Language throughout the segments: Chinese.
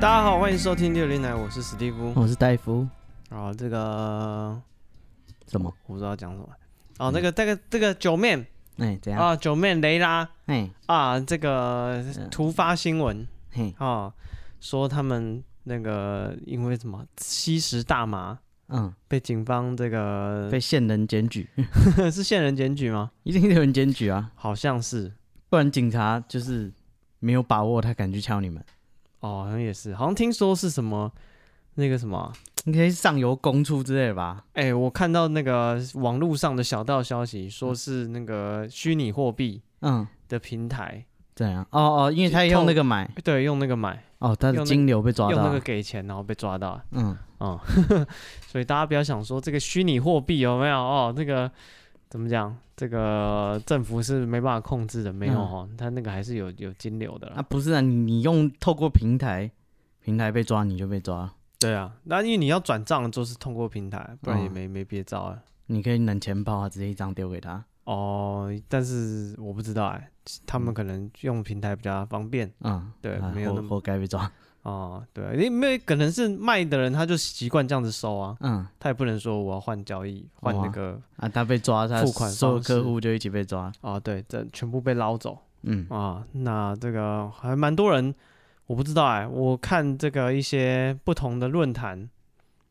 欢迎收听六零奶，我是史蒂夫。我是戴夫，哦，这个什么？我不知道讲什么。哦，那个这个这个九面哎，怎样？啊，九面雷拉哎，啊，这个突发新闻嘿，啊，说他们那个因为什么吸食大麻嗯，被警方这个被线人检举， 是线人检举吗？一定有人检举啊，好像是不然警察就是没有把握，他敢去敲你们。哦，好像也是，好像听说是什么那个什么啊。应该是上游公处之类的吧？哎、我看到那个网络上的小道消息，说是那个虚拟货币嗯，的平台，怎样？哦哦，因为他用那个买，对，用那个买，哦，他的金流被抓用到那个了，给钱，然后被抓到啊、嗯，哦 所以大家不要想说这个虚拟货币有没有哦，那个怎么讲？这个政府是没办法控制的，没有嗯哦，他那个还是有有金流的啦。啊，不是啊，你你用透过平台，平台被抓你就被抓，对啊，那因为你要转账就是通过平台，不嗯然也没、没别招啊。你可以冷钱包啊，直接一张丢给他，哦，但是我不知道哎、他们可能用平台比较方便。嗯，对啊没有那活么活该 被抓，哦，对啊，因为可能是卖的人他就习惯这样子收啊，嗯，他也不能说我要换交易，换那哇个啊，他被抓，他付款所有方式客户就一起被抓，啊，对，这全部被捞走嗯，啊。那这个还蛮多人，我不知道哎、我看这个一些不同的论坛，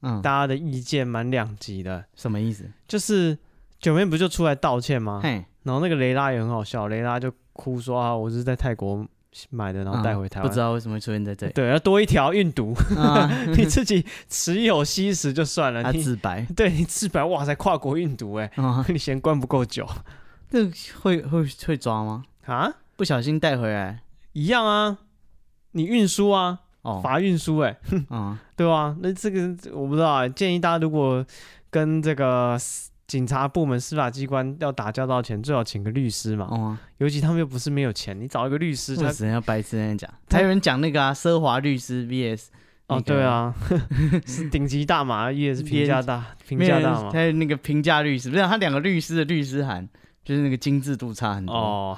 嗯，大家的意见蛮两极的，什么意思？就是九妹不就出来道歉吗？嘿，然后那个雷拉也很好笑，雷拉就哭说啊，我是在泰国买的，然后带嗯回台湾。不知道为什么会出现在 这里。对，要多一条运 毒，啊，你自己持有吸食就算了，他你啊自白对你自白，哇塞，跨国运毒哎、啊，你嫌关不够久 这会会会抓吗？啊？不小心带回来一样啊，你运输啊，哦，罚运输哎，啊，对吧、那这个我不知道、啊，建议大家如果跟这个警察部门、司法机关要打交道前，最好请个律师嘛，哦啊，尤其他们又不是没有钱，你找一个律师为他。什么要白痴那样讲？他还有人讲那个啊，奢华律师 VS 哦，对， 啊，是顶级大麻也是评价大，评那个价没有大人麻还有那个评价律师，不是啊他两个律师的律师函，就是那个精致度差很多。哦，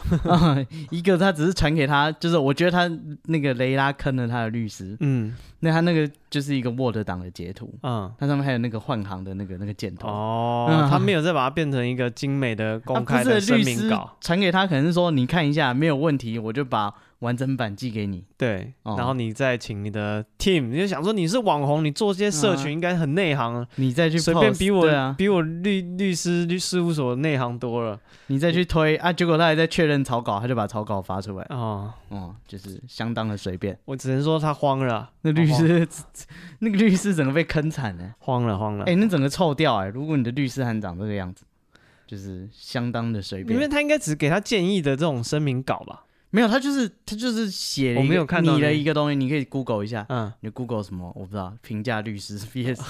一个他只是传给他，就是我觉得他那个雷拉坑了他的律师，嗯那他那个就是一个 Word 档的截图，嗯，它上面还有那个换行的那个那个箭头。哦，嗯 他没有再把它变成一个精美的啊公不开是的声律明师稿，传给他，可能是说你看一下没有问题，我就把完整版寄给你。对，哦然后你再请你的 team，你就想说你是网红，你做嗯些社群应该很内行啊，你再去 post, 随便比我、对啊，比我律律师律事务所内行多了你再去推啊，结果他还在确认草稿，他就把草稿发出来，哦。哦、就是相当的随便。我只能说他慌了，那律师， 那个律师整个被坑惨了，慌了，慌了哎、，那整个臭掉哎、如果你的律师函长这个样子，就是相当的随因为便。他应该只给他建议的这种声明稿吧？没有，他就是他就是写了我一没个有看到你的那个一个东西，你可以 Google 一下，嗯，你 Google 什么我不知道，评价律师 VS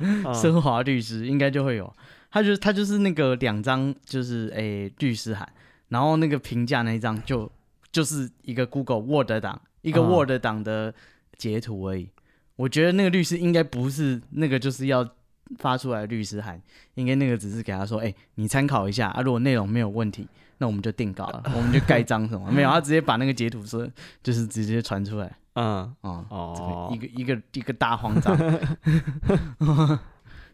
嗯奢华律师应该就会有，他就是他就是那个两张就是诶、律师函，然后那个评价那一张就就是一个 Google Word 档一个嗯 Word 档的截图而已。我觉得那个律师应该不是那个就是要发出来的律师函，应该那个只是给他说，哎、你参考一下啊，如果内容没有问题，那我们就定稿了，我们就盖章什么没有，他直接把那个截图说就是直接传出来嗯，啊。这个哦一，个一个一个大慌张，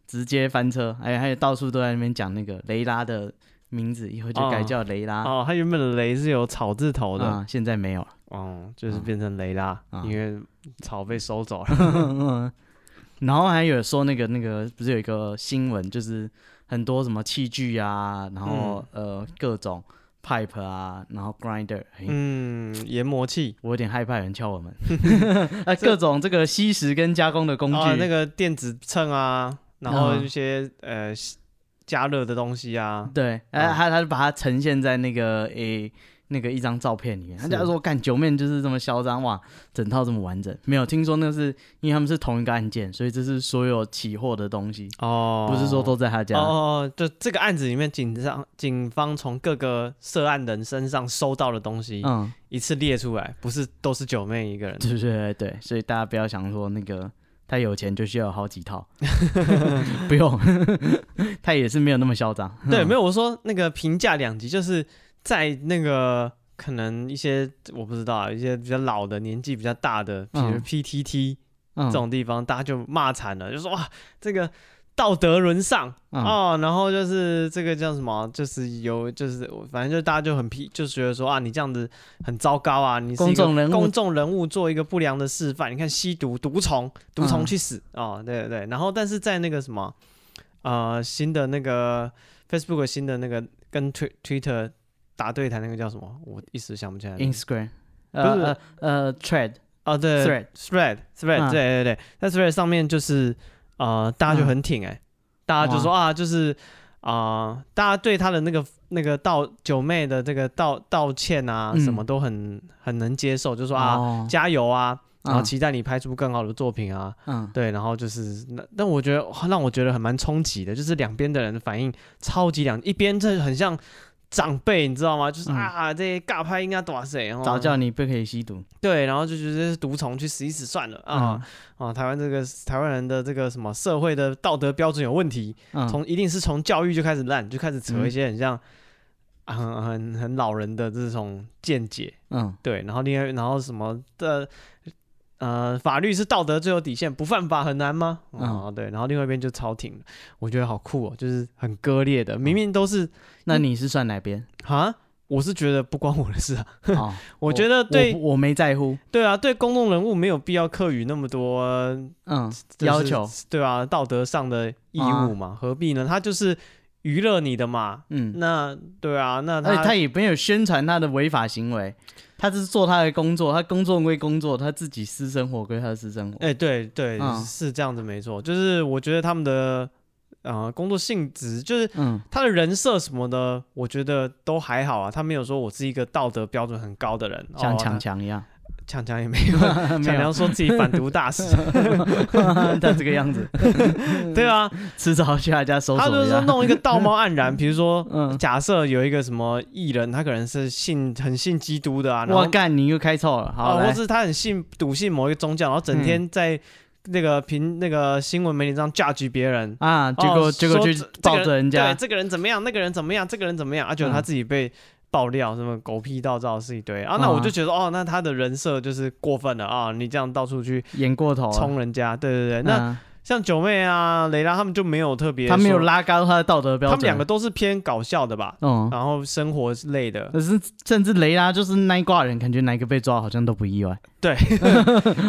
直接翻车，哎，还有到处都在那边讲那个雷拉的名字，以后就改叫雷拉。哦，他原本的雷是有草字头的，啊，现在没有了。哦，就是变成雷啦，嗯因为草被收走了。 然后还有说那个那个不是有一个新闻，就是很多什么器具啊，然后、呃各种 pipe 啊，然后 grinder，、哎嗯，研磨器我有点害怕有人敲 我们。 啊，各种这个吸食跟加工的工具，啊，那个电子秤啊，然后嗯一些呃加热的东西啊，对，嗯哎、他他就把它呈现在那个诶、那个一张照片里面。他是假如说干九面就是这么嚣张哇，整套这么完整，没有听说那是因为他们是同一个案件，所以这是所有起获的东西，哦，不是说都在他家。哦哦，哦就这个案子里面，警上警方从各个涉案人身上收到的东西、嗯，一次列出来，不是都是九妹一个人。对对对对，所以大家不要想说那个他有钱就需要有好几 套，不用， 他也是没有那么嚣张。对，没有我说那个评价两级，就是在那个可能一些我不知道啊，一些比较老的、年纪比较大的，比如嗯 PTT 嗯这种地方，大家就骂惨了，就说哇，这个道德沦丧嗯哦，然后就是这个叫什么，啊就是有就是反正就大家就很批，就觉得说啊，你这样子很糟糕啊，你是一个公众人物公众人物做一个不良的示范，你看吸毒、毒虫、毒虫嗯去死哦，对对对，然后但是在那个什么呃新的那个 Facebook 新的那个跟 Twi- Twitter 打对台那个叫什么，我一时想不起来。 Instagram，不是呃呃呃，Thread 哦，对 Thread thread thread，、嗯对对对，在 thread 上面就是呃，大家就很挺哎、大家就说啊，就是啊、呃大家对他的那个那个道九妹的这个道道歉啊，嗯什么都很很能接受，就说啊，哦加油啊，然后嗯期待你拍出更好的作品啊，嗯对，然后就是那，但我觉得哇让我觉得很蛮冲击的，就是两边的人反应超级两，一边这很像。长辈，你知道吗？就是、嗯啊，这些尬拍应该多少岁？然后早叫你不可以吸毒对，然后就觉得是毒虫去死一死算了啊、啊，啊！台湾这个台湾人的这个什么社会的道德标准有问题，嗯从、一定是从教育就开始烂，就开始扯嗯一些很像、啊很很很老人的这种见解。嗯对，然后另外然后什么的呃，法律是道德最后底线，不犯法很难吗？嗯啊、对，然后另外一边就超挺，我觉得好酷哦，就是很割裂嗯的，明明都是那你是算哪 边？啊。我是觉得不关我的事啊，哦，我觉得 对我不我没在乎，对啊，对公众人物没有必要课予那么多呃嗯，就是要求，对啊，道德上的义务嘛，何必呢？他就是娱乐你的嘛。啊嗯，那对啊，那而他且他也没有宣传他的违法行为，他只是做他的工作，他工作归工作，他自己私生活归他的私生活，哎、对对、嗯是这样子没错，就是我觉得他们的呃工作性质，就是嗯他的人设什么的，我觉得都还好啊。他没有说我是一个道德标准很高的人，像哦强强一样， 强强也没有，强 没有，强说自己反毒大 使，他这个样子，对啊，迟早去他家搜他索就一是说下，弄一个道貌岸 然，比如说啊嗯，假设有一个什么艺人，他可能是信很信基督的啊，然后我干，你又开错了，好，啊，或来，是他很信笃信某一个宗教，然后整天在那个平那个新闻媒体上 judge 别人，啊，结哦果结说果去这抱着人对家，这个人怎么样，那个人怎么样，这个人怎么样，啊，觉得嗯他自己被爆料，什么狗屁倒灶是一堆啊，那我就嗯觉得哦，那他的人设就是过分了啊，你这样到处去演过头了，冲人家，对对对，那嗯像九妹啊、雷拉他们就没有特别说，他没有拉高他的道德标他准，们两个，都是偏搞笑的吧，嗯，然后生活类的，可是甚至雷拉就是那一挂人，感觉哪一个被抓好像都 不意外，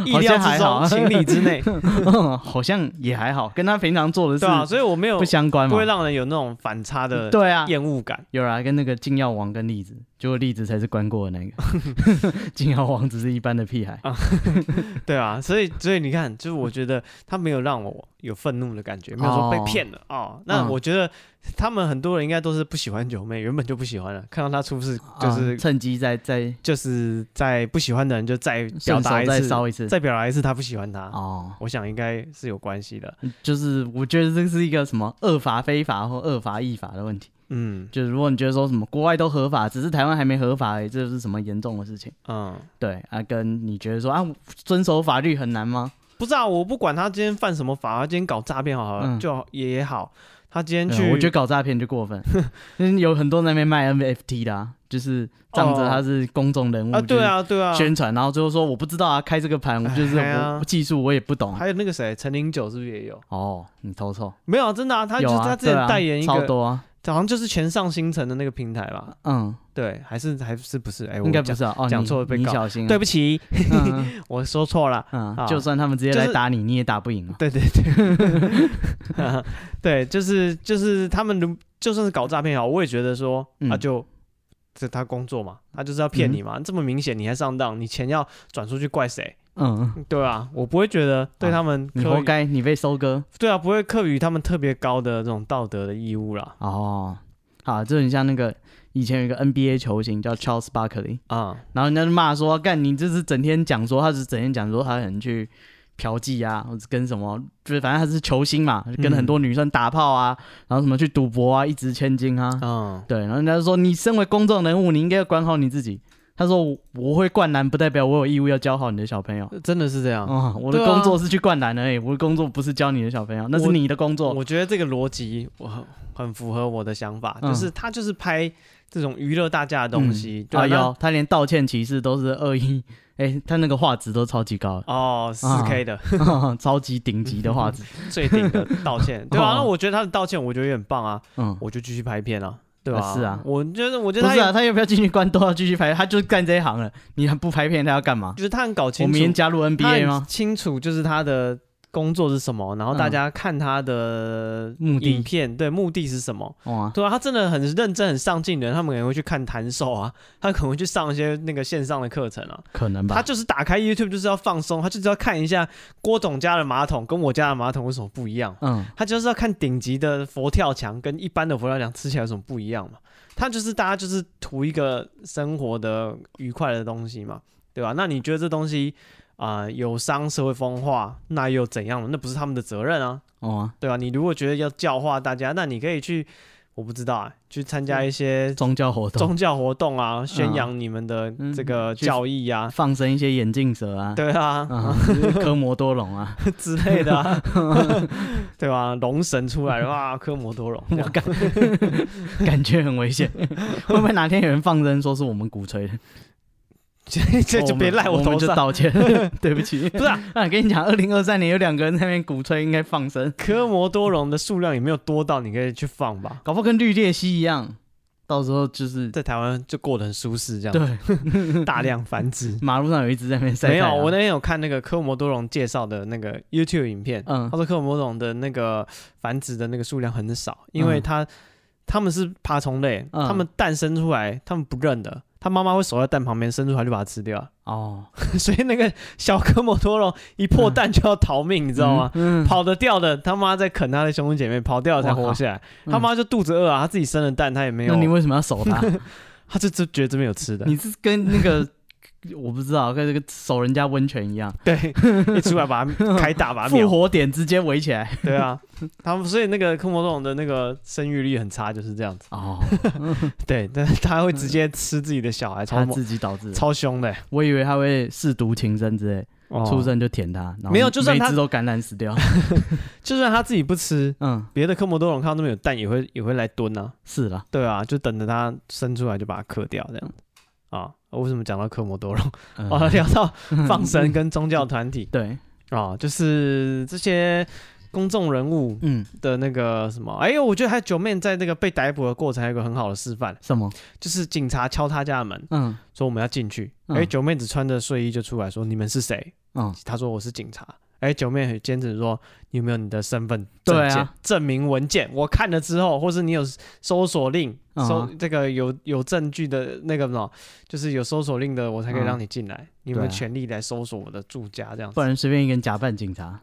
意料之还好中，情理之 内，嗯好像也还好，跟他平常做的对啊，事所以我没有不相关不嘛会。让人有那种反差的对啊，厌恶感。有啊，跟那个禁药王跟栗子，结果栗子才是关过的那个， 禁药王只是一般的屁啊孩。对啊，所以所以你看，就是我觉得他没有让我有愤怒的感觉，没有说被骗了哦那嗯我觉得他们很多人应该都是不喜欢九妹，原本就不喜欢了，看到她出事就是、啊趁机再再就是在不喜欢的人就再表顺手达一再次，烧一次。再表达一次他不喜欢她。哦，嗯我想应该是有关系的。就是我觉得这是一个什么恶法非法或恶法异法的问题。嗯就是如果你觉得说什么国外都合法，只是台湾还没合法而已，这是什么严重的事情？嗯，对啊，跟你觉得说啊，遵守法律很难吗？不知道、我不管他今天犯什么法，他今天搞诈骗好了，嗯就也好。他今天对啊去，我觉得搞诈骗 就过分，嗯有很多那边卖 NFT 的、啊，就是仗着他是公众人物、哦啊，对，啊，对啊，宣传，然后最后说我不知道啊，开这个盘我就是哎呀哎我技术我也不懂、啊。还有那个谁，陈零九是不是也有？哦，你偷错，没有啊，真的啊，他就有是啊，他之前代言一个，对啊、超多啊，好像就是全上星辰的那个平台吧？嗯，对，还是还是不是？哎、我应该不讲是啊，哦，讲你错了被你告小心、啊，对，不起， 嗯，我说错 了。嗯啊就算他们直接就是来打你，你也打不赢啊。对对对，对，就是就是他们如就算是搞诈骗也好，我也觉得说，嗯啊就。这他工作嘛，他就是要骗你嘛，这么明显你还上当，你钱要转出去怪谁？嗯，对啊，我不会觉得对他们啊你刻活予该，你被收割。对啊，不会课予他们特别高的这种道德的义务啦。哦，好，就很像那个以前有一个 NBA 球星叫 Charles Barkley，啊、然后人家就骂说：“干你就是整天讲说，他是整天讲说他很去嫖妓啊，或者跟什么，就是反正他是球星嘛，嗯跟很多女生打炮啊，然后什么去赌博啊，一掷千金啊。嗯对，然后人家就说：“你身为公众人物，你应该要管好你自己。”他说我我会灌篮，不代表我有义务要教好你的小朋友。真的是这样。哦，我的对啊工作是去灌篮而已，我的工作不是教你的小朋友，那是我你的工作。我觉得这个逻辑我很很符合我的想法，嗯就是他就是拍这种娱乐大家的东西，对啊啊，有他连道歉骑士都是二一，哎，他那个画质都超级高那哦四 K 啊的、 的， 超级顶级的画质。最顶的道歉，对啊，哦那我觉得他的道歉，我觉得也很棒啊，嗯，我就继续拍片啊，对吧、啊是啊我觉得我觉得不他是也、啊，他要不要进去关都要继续拍，他就是干这一行了。你还不拍片，他要干嘛？就是他很搞我清明天楚，加入他 NBA 很吗？清楚就是他的工作是什么，然后大嗯家看他的目的影片对目的是什么。哇，对啊，他真的很认真、很上进的人，他们可能会去看弹手啊，他可能会去上一些那个线上的课程啊。可能他吧。就是打开 YouTube 就是要放松，他就是要看一下郭董家的马桶跟我家的马桶有什么不一样，嗯，他就是要看顶级的佛跳墙跟一般的佛跳墙吃起来有什么不一样嘛。他就是大家就是图一个生活的愉快的东西嘛，对吧？那你觉得这东西啊、有伤社会风化，那又怎样呢？那不是他们的责任啊。哦啊，对吧、你如果觉得要教化大家，那你可以去，我不知道啊，去参加一些宗教活动，宗教活动啊，宣扬你们的这个嗯嗯去教义啊，放生一些眼镜蛇啊，对啊、 啊，就是科摩多龙啊，之类的、 啊， 对吧、龙神出来的话，科摩 多龙这样，感觉很 危险。会不会哪天有人放生说是我们鼓吹的？哦这 这我就们别赖我头们就上。道歉，对不起。 不是、啊，那、跟你讲，二零二三年有两个人在那边鼓吹应该放生，科摩多龙的数量也没有多到你可以去放吧，搞不好跟绿鬣蜥一样，到时候就是在台湾就过得很舒适，这样对 大量繁殖。马路上有一 只在那边晒没太有，阳。我那天有看那个科摩多龙介绍的那个 YouTube 影片，嗯他说科摩龙的那个繁殖的那个数量很少，因为嗯它它们是爬虫类，嗯它们蛋生出来它们不认的，它妈妈会守在蛋旁边，生出来就把它吃掉，哦， 所以那个小科摩多龙一破蛋就要逃命，你知道吗？嗯？嗯，跑得掉的，他妈在啃他的兄弟姐妹，跑掉了才活下来。哇靠嗯他妈就肚子饿啊，他自己生了蛋，他也没有那，你为什么要守 它？他就就觉得这边有吃的，你是跟那个我不知道，跟这个守人家温泉一样，对，一出来把 它开大，把它复秒，活点直接围起来。对啊，他们所以那个科摩多龙的那个生育率很差，就是这样子。 哦，对，但是他会直接吃自己的小孩，超他猛自己导致的。超凶的、我以为他会舐犊情深之类，出生生就舔它，然后哦没有就算每他只都感染 死掉。就算他自己不吃，嗯，别的科摩多龙看到那边有蛋也会也会来蹲啊。是啦，对啊，就等着它生出来就把它克掉这样子啊。我为什么讲到科摩多龙？嗯啊，聊到放生跟宗教团体对，啊，就是这些公众人物嗯，的那个什么。哎呦，我觉得还有九妹在那个被逮捕的过程，还有一个很好的示范，什么？就是警察敲他家的门，嗯说我们要进去。嗯哎、九妹子穿着睡衣就出来说：“你们是谁？”嗯，他说我是警察。哎，九妹很坚持说，你有没有你的身份证对啊件、证明文件？我看了之后，或是你有搜索令，嗯搜这个有有证据的那个什么，就是有搜索令的，我才可以嗯啊让你进来。你有没有对啊权利来搜索我的住家这样不子？然随便一个人假扮警察。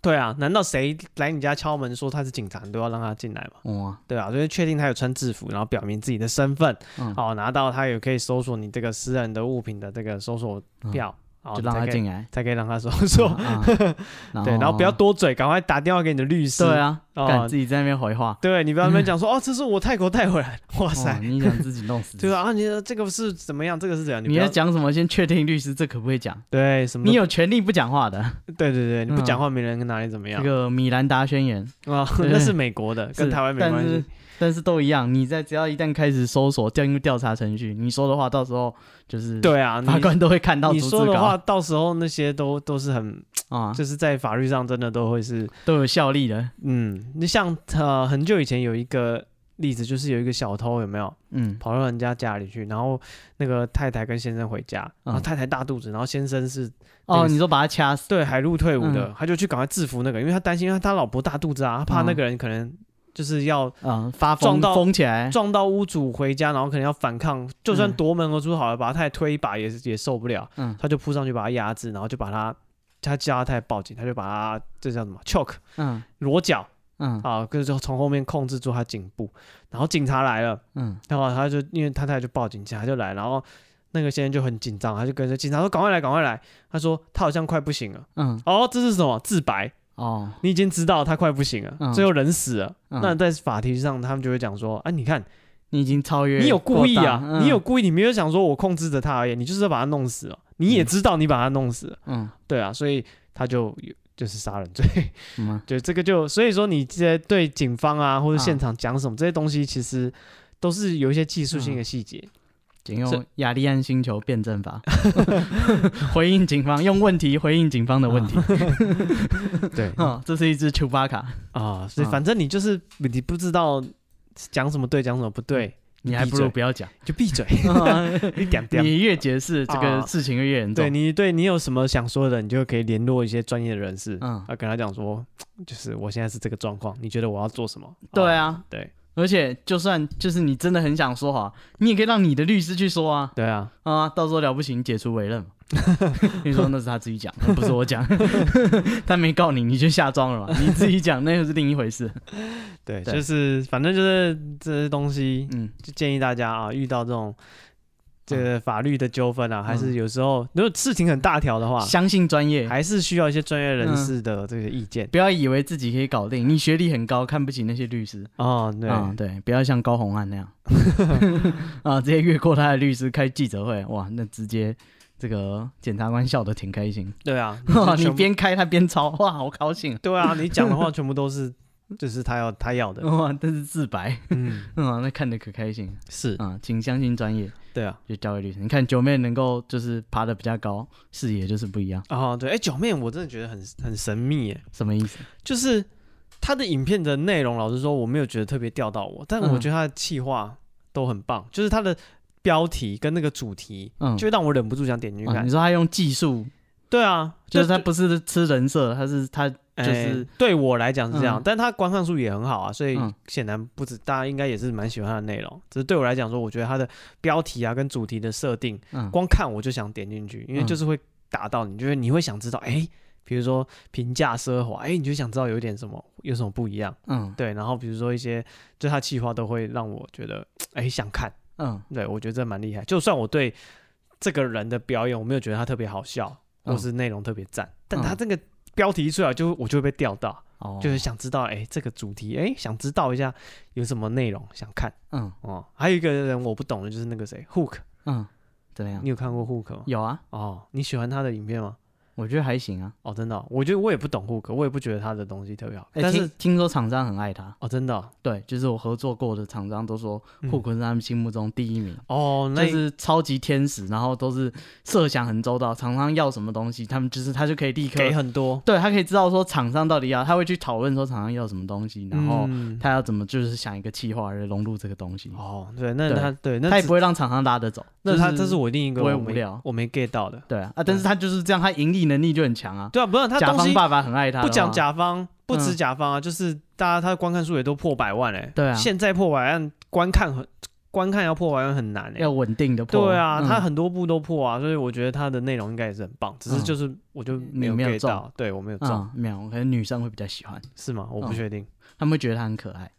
对啊，难道谁来你家敲门说他是警察，你都要让他进来吗？哇，对啊，就是确定他有穿制服，然后表明自己的身份，嗯哦，拿到他有可以搜索你这个私人的物品的这个搜索票，哦，嗯就让他才可以，进来。才可以让他搜 索。啊 对，然后不要多嘴，赶快打电话给你的律师。对啊，哦敢自己在那边回话。对你不要在那边讲 说、哦，这是我泰国带回来的，哇哦塞，你想自己 弄死？对吧？，啊，你的这个是怎么样？这个是怎样？你要要讲什么？先确定律师这可不可以讲？对什么都？你有权利不讲话的。对对对，你不嗯讲话，没人哪里怎么样这个米兰达宣言 啊？对那是美国的，跟是台湾没关但系是。但是都一样。你在只要一旦开始搜索进入调查程序，你说的话到时候就是对啊，法你官都会看到你逐字说的话，稿到时候那些都都是很，啊，就是在法律上真的都会是，都有效力的。嗯，你像呃很久以前有一个例子，就是有一个小偷有没有？嗯，跑到人家家里去，然后那个太太跟先生回家，然后嗯太太大肚子，然后先生是那哦，个你说把他掐死，对海陆退伍的，嗯他就去赶快制服那个，因为他担心，因为他老婆大肚子啊，他怕那个人可能就是要嗯，发疯撞到疯起来，撞到屋主回家，然后可能要反抗，就算夺门而出好了，把他太太推一把也是也受不了，嗯他就扑上去把他压制，然后就把他他叫他太太报警，他就把他这叫什么 choke 嗯裸脚嗯啊，跟就从后面控制住他颈部，然后警察来了。嗯，然后他就因为他太太就报警，警察就来，然后那个先生就很紧张，他就跟着警察说：“赶快来，赶快来！”他说：“他好像快不行了。嗯”哦，这是什么自白？哦，你已经知道他快不行了，嗯最后人死了。嗯那在法庭上，他们就会讲说：“啊，你看你已经超越你有故意过啊大，嗯你有故意，你没有想说我控制着他而已，你就是要把他弄死了。你也知道你把他弄死了，嗯对啊，所以他就有就是杀人罪。 嗯啊对，这个就所以说你这些对警方啊或者啊现场讲什么、这些东西，其实都是有一些技术性的细节。仅用是雅利安星球辩证法 回应警方，用问题回应警方的问啊题。 对啊、嗯，啊这是一只丘 巴卡，所以反正你就是你不知道讲什么对，讲什么不对，你还不闭如嘴不要 讲。就闭 嘴，一点点。你越解释，这个啊事情越严重。对你对你有什么想说的，你就可以联络一些专业的人士，嗯啊，跟他讲说，就是我现在是这个状况，你觉得我要做什么？对啊，啊，对而且就算就是你真的很想说谎，你也可以让你的律师去说啊对啊，啊，到时候了不起你解除委 任嘛。你说那是他自己讲，不是我讲， 他没告你，你就下庄了嘛。你自己讲那又是另一回事。对，对就是反正就是这些东西， 嗯，就建议大家啊，遇到这种这个法律的纠纷啊，还是有时候如果事情很大条的话，相信专业，还是需要一些专业人士的这个意见。不要以为自己可以搞定。你学历很高，看不起那些律师。哦，嗯对，嗯，对，不要像高红安那样 啊，直接越过他的律师开记者会，哇，那直接这个检察官笑得挺 开心。对啊哇，，就你全部边开他边抄， 哇，好高兴啊！对啊，你讲的话全部都是就是他要他要的，哇，真是自白， 嗯，嗯，那看得可开心是，啊、请相信专业，对啊。就交给律师。你看九妹能够就是爬得比较高，视野就是不一样，哦，对，哎，九妹，我真的觉得很很神秘耶，什么意思？就是他的影片的内容，老实说我没有觉得特别吊到我，但我嗯觉得他的企划都很棒，就是他的标题跟那个主题，嗯，就会让我忍不住想点进去啊、看你。说他用技术，对啊，就是他不是吃人设，他是他哎就是对我来讲是这样，嗯但他观看数也很好啊，所以嗯显然不止大家应该也是蛮喜欢他的内容，只是对我来讲说，我觉得他的标题啊跟主题的设定，嗯光看我就想点进去，因为嗯就是会打到你，就是你会想知道，哎、比如说平价奢华，哎、你就想知道有一点什么，有什么不一样，嗯对。然后比如说一些，就他企划都会让我觉得，哎、想看，嗯对我觉得这蛮厉害。就算我对这个人的表演，我没有觉得他特别好笑，嗯或是内容特别赞，但嗯他这个标题一出来就，我就会被吊到，哦，就是想知道，哎、这个主题，哎、想知道一下有什么内容，想看嗯哦。还有一个人我不懂的就是那个谁，Hook，嗯，怎么样你？有看过 Hook 吗？有啊，哦，你喜欢他的影片吗？我觉得还行啊。哦，真的哦、我觉得我也不懂 Hook，我也不觉得他的东西特别好，但但是是哎听听说厂商很爱他，哦，真的哦对，就是我合作过的厂商都说嗯霍坤是他们心目中第一名，哦，那就是超级天使，然后都是设想很周到，厂商要什么东西，他们就是他就可以立刻，给很多，对他可以知道说厂商到底要，他会去讨论说厂商要什么东西，然后嗯他要怎么就是想一个企划来融入这个东西，哦，对，那嗯对他对，那他也只不会让厂商拉得走，那他就这是我另一个不会我无没聊我没 get 到的，对啊啊，但是他就是这样，他盈利能力就很强啊，对啊，不是他甲东方西爸爸很爱他的话，啊不讲甲方，不止嗯甲方啊，就是大家他的观看数也都破百万嘞、欸对啊现在破百万观看很观看要破百万很难哎、要稳定的破，对啊，嗯他很多部都破啊，所以我觉得他的内容应该也是很棒，只是嗯就是我就没有你没有 get 中到，对我没有中，嗯没有，可能女生会比较喜欢。是吗？我不嗯确定。他们会觉得他很可爱，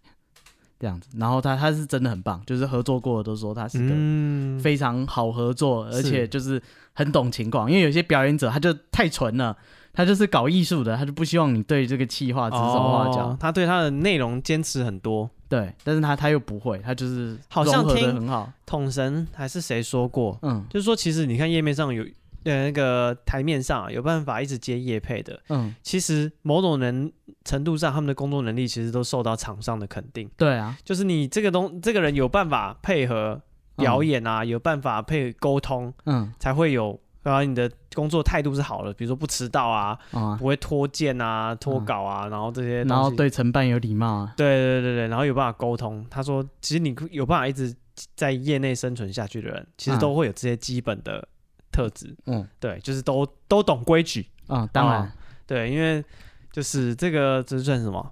这样子。然后他他是真的很棒，就是合作过的都说他是个嗯，非常好合作，是而且就是很懂情况。因为有些表演者他就太纯了，他就是搞艺术的，他就不希望你对这个气话指手画脚。哦他对他的内容坚持很多。对，但是他他又不会，他就是好像融合的听很好。统神还是谁说过，嗯就是说其实你看页面上有呃那个台面上、啊、有办法一直接业配的，嗯，其实某种能程度上，他们的工作能力其实都受到场上的肯定。对啊，就是你这个东这个人有办法配合表演啊，有办法配合沟通，嗯才会有。然后你的工作态度是好的，比如说不迟到啊，嗯啊，不会拖件啊、拖稿啊，然后这些东西。嗯然后对承办有礼貌啊。对对对对，然后有办法沟通。他说，其实你有办法一直在业内生存下去的人，其实嗯都会有这些基本的特质。嗯对，就是都都懂规矩。嗯，当然，哦对，因为就是这个这算什么？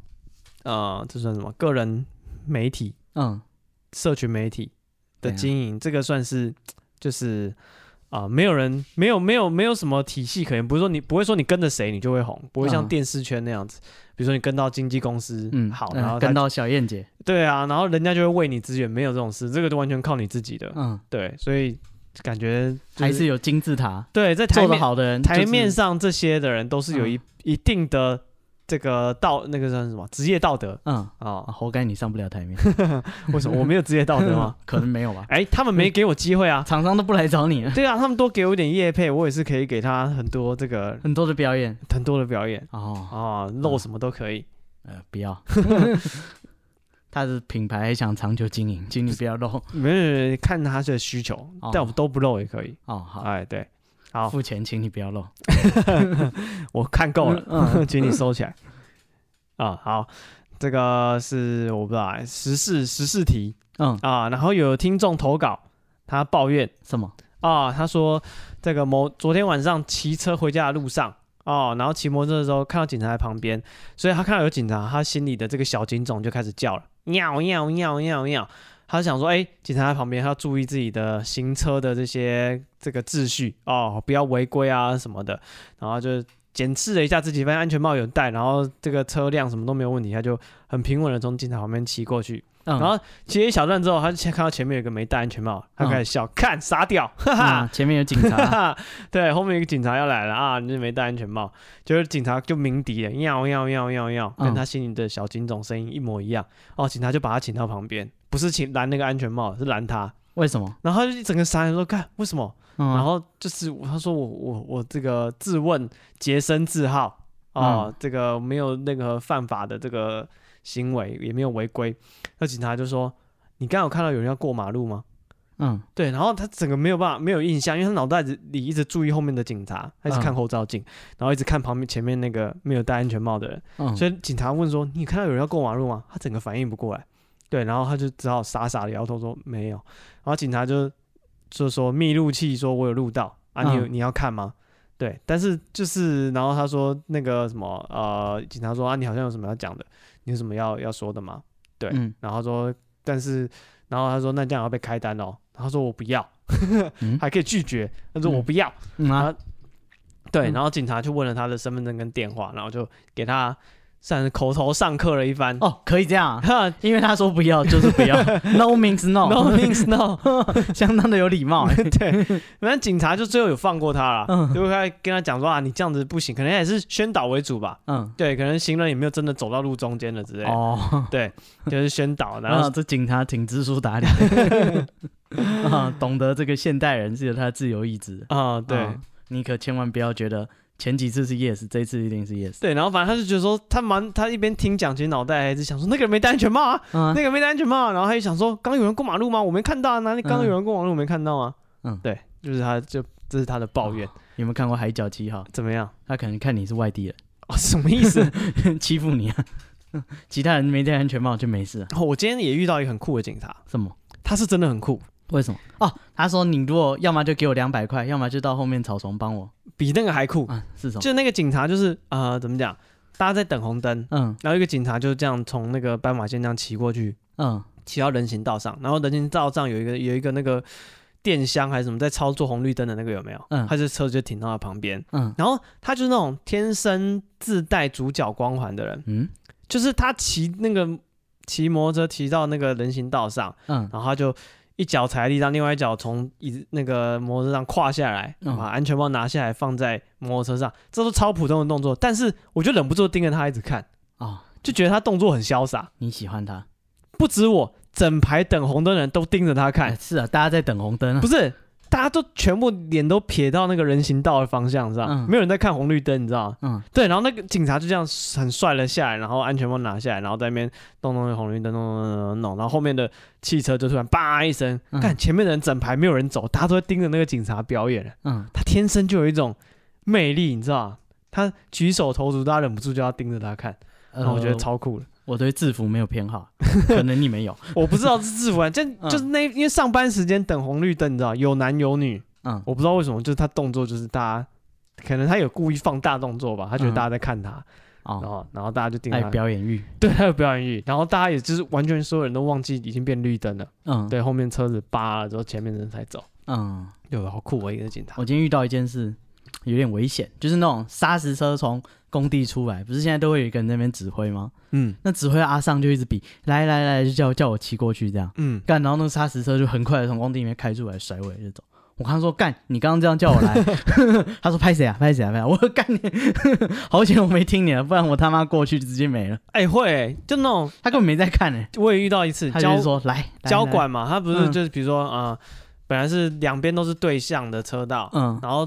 呃，这算什么？个人媒体、嗯社群媒体的对啊经营，这个算是就是啊、没有人没有没有没有什么体系可言，不是说你不会说你跟着谁你就会红，不会像嗯电视圈那样子，比如说你跟到经纪公司，嗯，好，嗯然后跟他到小燕姐，对啊，然后人家就会为你支援，没有这种事，这个就完全靠你自己的，嗯，对，所以感觉、就还是有金字塔对在台做得面好的人，台就是嗯面上这些的人都是有一、一定的这个道那个算什么职业道德嗯，啊啊，？活该你上不了台 面，为什么我没有职业道德哦吗？ 可能没有吧，哎、他们没给我机会 啊。厂商都不来找你 了，对啊，他们多给我一点业配，我也是可以给他很多这个很多的表演很多的表演哦，啊，露什么都可以。呃，不 要，他的品牌还想长久经营，请你不要露没有看他的需求哦，但我们都不露也可以。哦，好，哎，对， 好，付钱请你不要露，我看够了，嗯请你收起来。啊，好，这个是我不知道哎时事时事题嗯，啊，然后有听众投稿，他抱怨什么？啊，他说这个某昨天晚上骑车回家的路上哦，然后骑摩托车的时候看到警察在旁边，所以他看到有警察，他心里的这个小警种就开始叫了，喵喵喵喵喵。他想说，哎、警察在旁边，他要注意自己的行车的这些这个秩序哦，不要违规啊什么的。然后就检视了一下自己，发现安全帽有戴，然后这个车辆什么都没有问题，他就很平稳的从警察旁边骑过去。嗯，然后骑了一小段之后，他就看到前面有一个没戴安全帽，他开始笑，看傻屌，哈嗯啊哈。前面有警 察，哈哈，对，后面有一个警察要来了啊！你这没戴安全帽，就是警察就鸣笛了，要要要要要，嗯跟他心里的小警种声音一模一样。哦，警察就把他请到旁边，不是请拦那个安全帽，是拦他。为什么？然后他就一整个傻眼说：“看为什么？”嗯然后就是他说我我我这个自问洁身自好哦，这个没有任何犯法的这个行为，也没有违规。那警察就说：“你刚刚有看到有人要过马路吗？”嗯对，然后他整个没有办法没有印象，因为他脑袋子里一直注意后面的警察，他一直看嗯后照镜，然后一直看旁边前面那个没有戴安全帽的人，嗯，所以警察问说：“你看到有人要过马路吗？”他整个反应不过来，对，然后他就只好傻傻的摇头说：“没有。”然后警察就就说密录器说：“我有录到啊，你有嗯你要看吗？”对，但是就是然后他说那个什么呃，警察说：“啊，你好像有什么要讲的，你有什么要要说的吗？”对嗯然后说，但是，然后他说那这样要被开单哦，他说我不要，嗯还可以拒绝，他说我不要，嗯啊然后对，嗯然后警察就问了他的身份证跟电话，然后就给他算是口头上课了一番，哦，可以这样 啊，哈因为他说不要就是 不要，no means ，no no， means no， 相当的有礼 貌欸，对，反正警察就最后有放过他了，嗯就开始跟他讲说啊，你这样子不行，可能也是宣导为主吧，嗯，对，可能行人也没有真的走到路中间了之类的，哦，对，就是宣导，然然后后啊这警察挺知书达理， 啊，懂得这个现代人是有他的自由意志的，啊、对啊，你可千万不要觉得前几次是 yes，这一次一定是 yes，对，然后反正他就觉得说，他蛮他一边听讲，其实脑袋还是想说那个人没戴安全帽啊，嗯啊那个人没戴安全帽啊、然后他就想说，刚有人过马路吗？我没看到啊，哪里刚刚有人过马路我没看到啊？嗯哦对，就是他就这是他的抱怨，有没有看过《海角七号》？怎么样？他可能看你是外地哦，什么意思？ 人， 欺负你啊， 其他人没戴安全帽就没事啊，哦我今天也遇到一个很酷的警察，什么？他是真的很酷，为什么？哦，他说你如果要么就给我两百块，要么就到后面草丛帮我比那个还酷。啊，是什么？就那个警察就是呃，怎么讲？大家在等红灯，嗯然后一个警察就这样从那个斑马线这样骑过去，嗯骑到人行道上，然后人行道上有一个有一个那个电箱还是什么在操作红绿灯的那个有没有？嗯他就车就停到他旁边，嗯然后他就是那种天生自带主角光环的人，嗯就是他骑那个骑摩托车骑到那个人行道上，嗯，然后他就一脚踩在地上，另外一脚从椅子那个摩托车上跨下来，嗯把安全帽拿下来放在摩托车上，这都超普通的动作，但是我就忍不住盯着他一直看，哦，就觉得他动作很潇洒，你喜欢他？不止我，整排等红灯的人都盯着他看哎，，是啊，大家在等红灯啊不。是，大家都全部脸都撇到那个人行道的方向上，嗯没有人在看红绿灯，你知道吗？嗯对，然后那个警察就这样很帅的下来，然后安全帽拿下来，然后在那边弄弄红绿灯，弄弄弄弄弄，然后后面的汽车就突然叭一声，嗯看、前面的人整排没有人走，大家都在盯着那个警察表演，嗯，他天生就有一种魅力，你知道吗？他举手投足，大家忍不住就要盯着他看，然后我觉得呃超酷的。我对制服没有 偏好，可能你没有。我不知道是制服啊，就嗯就是那因为上班时间等红绿灯，你知道有男有女，嗯我不知道为什么，就是他动作就是大家，可能他有故意放大动作吧，他嗯觉得大家在看他，然哦，后然后大家就盯爱着他，表演欲。 对，他有表演欲，然后大家也就是完全所有人都忘记已经变绿灯了，嗯，对，后面车子扒了之后，前面人才走，嗯，对，好酷啊，一个警察我，今天遇到一件事，有点危险，就是那种砂石车从工地出来，不是现在都会有一个人在那边指挥吗？嗯那指挥阿尚就一直比，来来来，就叫叫我骑过去这样。嗯，干，然后那个砂石车就很快的从工地里面开出来，甩尾就走。我刚说干，你刚刚这样叫我来， 他说拍谁啊，拍谁啊，拍谁啊我说干你， 好险我没听你了，啊不然我他妈过去直接没了。哎、会、就那种，他根本没在看呢、欸我也遇到一次他就交是说来交，来来管嘛，他不是嗯就是比如说啊、呃本来是两边都是对向的车道，嗯然后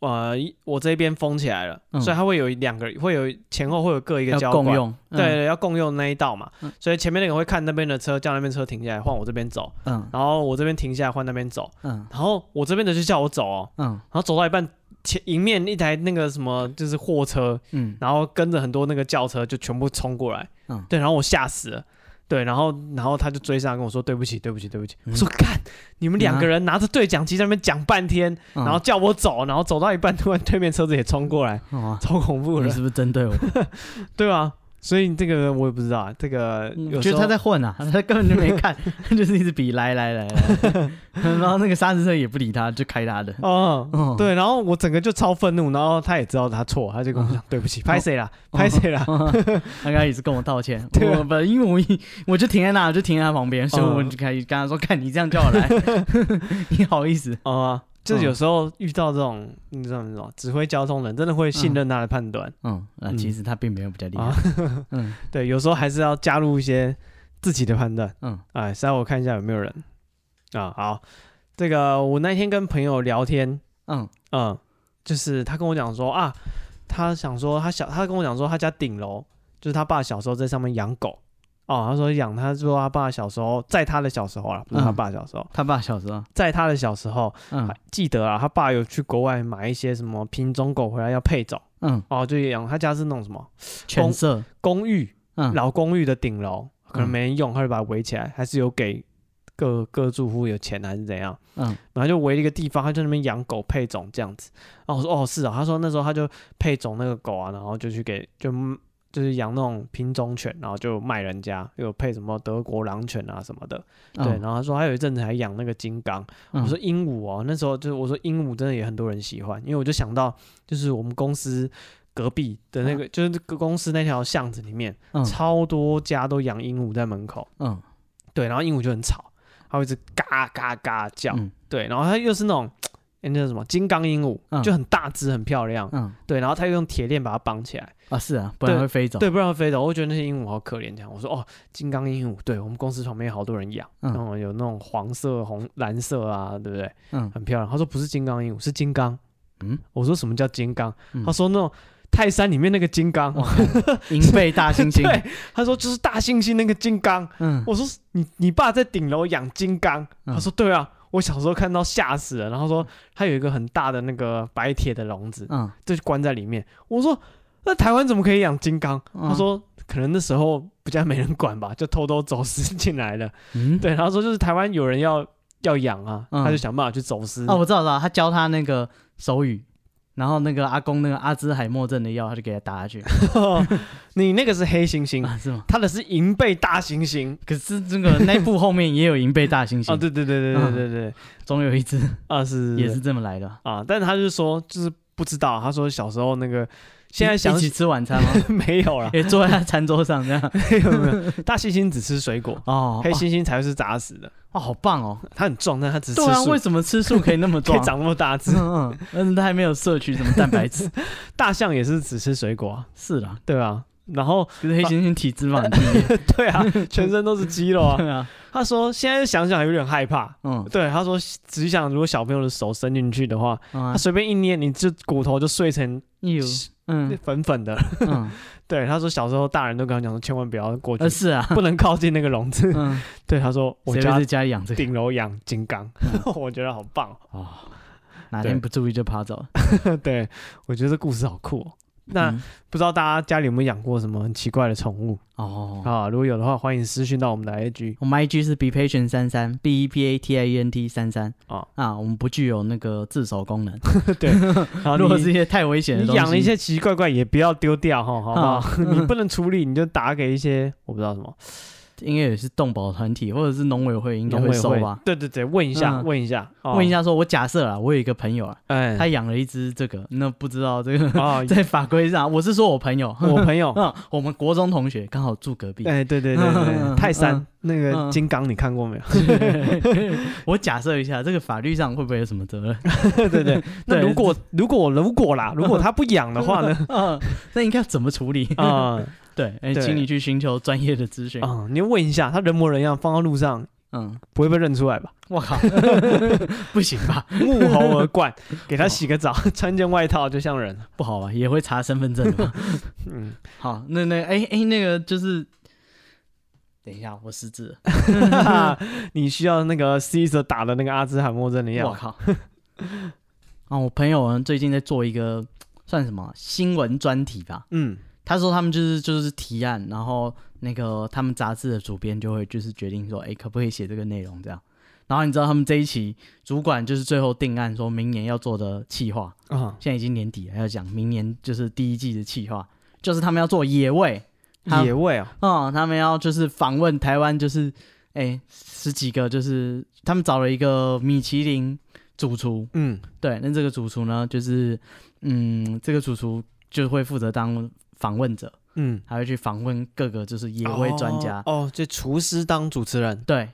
呃我这边封起来了，嗯所以它会有两个会有前后会有各一个要交共管，用，嗯对，对，要共用那一道嘛，嗯所以前面那个会看那边的车，叫那边车停下来换我这边走，嗯然后我这边停下来换那边走，嗯然后我这边的就叫我走哦，嗯然后走到一半。前迎面一台那个什么就是货车，嗯，然后跟着很多那个轿车就全部冲过来，嗯对，然后我吓死了，对，然后然后他就追上来跟我说对不起，对不起，对不起，嗯我说干，你们两个人拿着对讲机在那边讲半天，嗯然后叫我走，然后走到一半突然对面车子也冲过 来，哦超恐怖你的，是不是针对我？对啊，所以这个我也不知道，啊，这个有我时觉候得他在混啊，他根本就 没看，就是一直比来来来来，然后那个砂石车也不理他，就开他的。哦。哦，对，然后我整个就超愤怒，然后他也知道他错，他就跟我嗯讲对不起，拍谁啦，拍谁啦，哦，他刚才也是跟我道歉，啊对啊我不，因为我一我就停在那，我就停在他旁边，所以嗯我就开始跟他说：“看你这样叫我 来，你好意思哦啊，就是嗯有时候遇到这种你知道什么指挥交通人，真的会信任他的判断？”嗯，啊，嗯其实他并没有比较厉啊害，。嗯 对，有时候还是要加入一些自己的判断。嗯哎，稍后我看一下有没有人啊。好，这个我那天跟朋友聊天，嗯嗯，就是他跟我讲说啊，他想说他小，他跟我讲说他家顶楼就是他爸小时候在上面养狗。哦，他说养，他说他爸小时候，在他的小时候啊，不是他嗯爸小时候，他爸小时候，在他的小时候，嗯还记得啊，他爸有去国外买一些什么品种狗回来要配种，嗯，哦，就养他家是那种什么全色，公寓，嗯老公寓的顶楼，可能嗯没人用，他就把它围起来，还是有给各各住户有钱还是怎样，嗯然后就围了一个地方，他就在那边养狗配种这样子。然后我说哦是啊，他说那时候他就配种那个狗啊，然后就去给就就是养那种品种犬，然后就卖人家，有配什么德国狼犬啊什么的，对。嗯然后他说还有一阵子还养那个金刚，我说鹦鹉哦，那时候就是我说鹦鹉真的也很多人喜欢，因为我就想到就是我们公司隔壁的那个，就是公司那条巷子里面，嗯超多家都养鹦鹉在门口，嗯对，然后鹦鹉就很吵，它会一直嘎嘎嘎叫，嗯对，然后它又是那种。诶那叫什么金刚鹦鹉，嗯就很大只，很漂亮，嗯对，然后它又用铁链把它绑起来，啊是啊，不然对会飞走。对，不然会飞走。我会觉得那些鹦鹉好可怜，这样。我说哦，金刚鹦鹉，对我们公司旁边有好多人养，嗯然后有那种黄色、红、蓝色啊，对不对？ 嗯很漂亮。他说不是金刚鹦鹉，是金刚。嗯，我说什么叫金刚？嗯哦他说那种泰山里面那个金刚，哇 银背大猩猩，对，他说就是大猩猩那个金刚。嗯我说你你爸在顶楼养金刚，嗯他说对啊。我小时候看到吓死了，然后说他有一个很大的那个白铁的笼子，嗯，就关在里面。我说那台湾怎么可以养金刚？嗯他说可能那时候比较没人管吧，就偷偷走私进来了。嗯，对，然后说就是台湾有人要要养啊，嗯他就想办法去走私。哦，我知道了，他教他那个手语，然后那个阿公那个阿兹海默症的药，他就给他打下去，哦你那个是黑猩 猩，啊是吗？他的是银背大猩猩。可是这个那部后面也有银背大猩啊，猩，对对对对对对对，总有一只啊是也是这么来的。啊，但是他就说就是不知道，他说小时候那个现在一想一起起吃晚餐吗？ 没有 了，也坐在他餐桌上这样。没有没有，大猩猩只吃水果，哦，黑猩猩才会是杂食的，哦，好棒哦！它很壮，但它只吃对啊，素为，什么吃素可以那么可以壮？长那么大只 嗯。嗯，嗯，他还没有摄取什么蛋白质。大象也是只吃水果啊，是啦，对啊，然后可是黑猩猩体脂肪很低。 对啊，全身都是肌肉啊。 对啊，他说现在想想有点害怕，嗯，对，他说只想如果小朋友的手伸进去的话，他嗯啊随便一捏，你就骨头就碎成有，嗯粉粉的。 嗯，对，他说小时候大人都跟他讲说，千万不要过去 呃，是啊，不能靠近那个笼子。 嗯，对，他说我谁会家在家里养这个？顶楼养金刚， 我觉得好棒哦。 哦，哪天对不注意就跑走了。对，我觉得这故事好酷哦。 那嗯不知道大家家里有没有养过什么很奇怪的宠物哦，啊？如果有的话，欢迎私讯到我们的 IG。我们 IG 是 be patient 三三 b e p a t i e n t 三三哦啊，我们不具有那个自首功能。然后 如果啊你是一些太危险的你东西，养了一些 奇奇怪怪也不要丢掉哈，好不好？ 啊 你不能处理，你就打给一些我不知道什么应该也是动保团体或者是农委会应该农委收会吧？？对对对，问一下，嗯问一下，哦问一，下说，我假设啊，我有一个朋友啊，哎， 他养了一只这个，那不知道这个 哦，在法规上，我是说我朋友，我朋友，嗯，我们国中同学刚好住隔壁，哎，对对对对， 嗯泰山嗯那个嗯金刚，你看过没有？ 我假设一下，这个法律上会不会有什么责任？ 对对 对，那对如果如果如果啦，如果他不养的话呢？ 嗯， 那应该要怎么处理？啊对，哦哎，对请你去寻求专业的咨询。啊，你就问一下，他人模人样，放到路上 嗯，不会被认出来 吧？我靠， 不行吧？目猴而 冠，给他洗个澡，穿件外套就像人了。不好吧？也会查身份证 吧？嗯，好，那那哎哎，那个就是，等一下，我失智了。 你需要那个 Caesar 打的那个阿兹海默症的我药。靠！ 啊，我朋友呢最近在做一个算什么新闻专题吧？嗯，他说他们就是就是提案，然后那个他们杂志的主编就会就是决定说，哎、可不可以写这个内容这样。然后你知道他们这一期主管就是最后定案，说明年要做的企划，啊，现在已经年底了，要讲明年就是第一季的企划，就是他们要做野味，他野味啊，哦，他们要就是访问台湾，就是哎、十几个，就是他们找了一个米其林主厨，嗯，对，那这个主厨呢，就是嗯，这个主厨就会负责当访问者，嗯，还会去访问各个就是野味专家，哦，哦就厨师当主持人，对，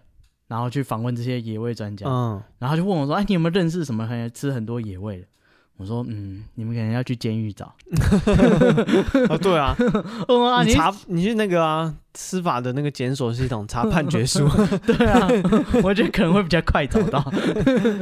然后去访问这些野味专家，嗯，然后就问我说，哎，你有没有认识什么很吃很多野味的？我说，嗯，你们可能要去监狱找。哦，对啊，哦啊，你你查你去那个啊司法的那个检索系统查判决 书，对啊，我觉得可能会比较快找到。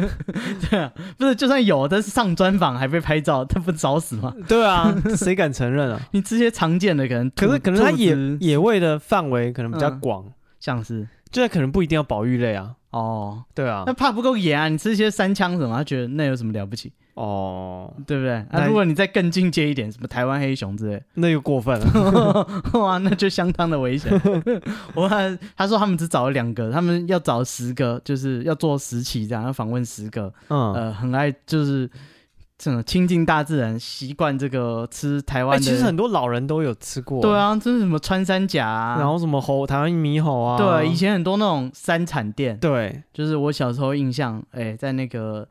对啊，不是，就算有，但是上专访还被拍照，他不找死吗？对啊，谁敢承认 啊？你这些常见的可能兔，可是可能它兔野子野味的范围可能比较嗯广，像是就是可能不一定要保育类啊，哦，对啊那，怕不够野啊，你吃一些三枪什么，他觉得那有什么了不起，哦，对不对？那啊，如果你再更进阶一点，什么台湾黑熊之类，那又过分 了，哇，那就相当的危险。 我看他说他们只找了两个，他们要找十个，就是要做十期这样，要访问十个，嗯。呃，很爱就是这种亲近大自然，习惯这个吃台哎、湾的。其实很多老人都有吃过，对，啊，这是什么穿山甲啊，然后什么猴，台湾猕猴啊，对以前很多那种山产店，对，就是我小时候印象，哎，在那个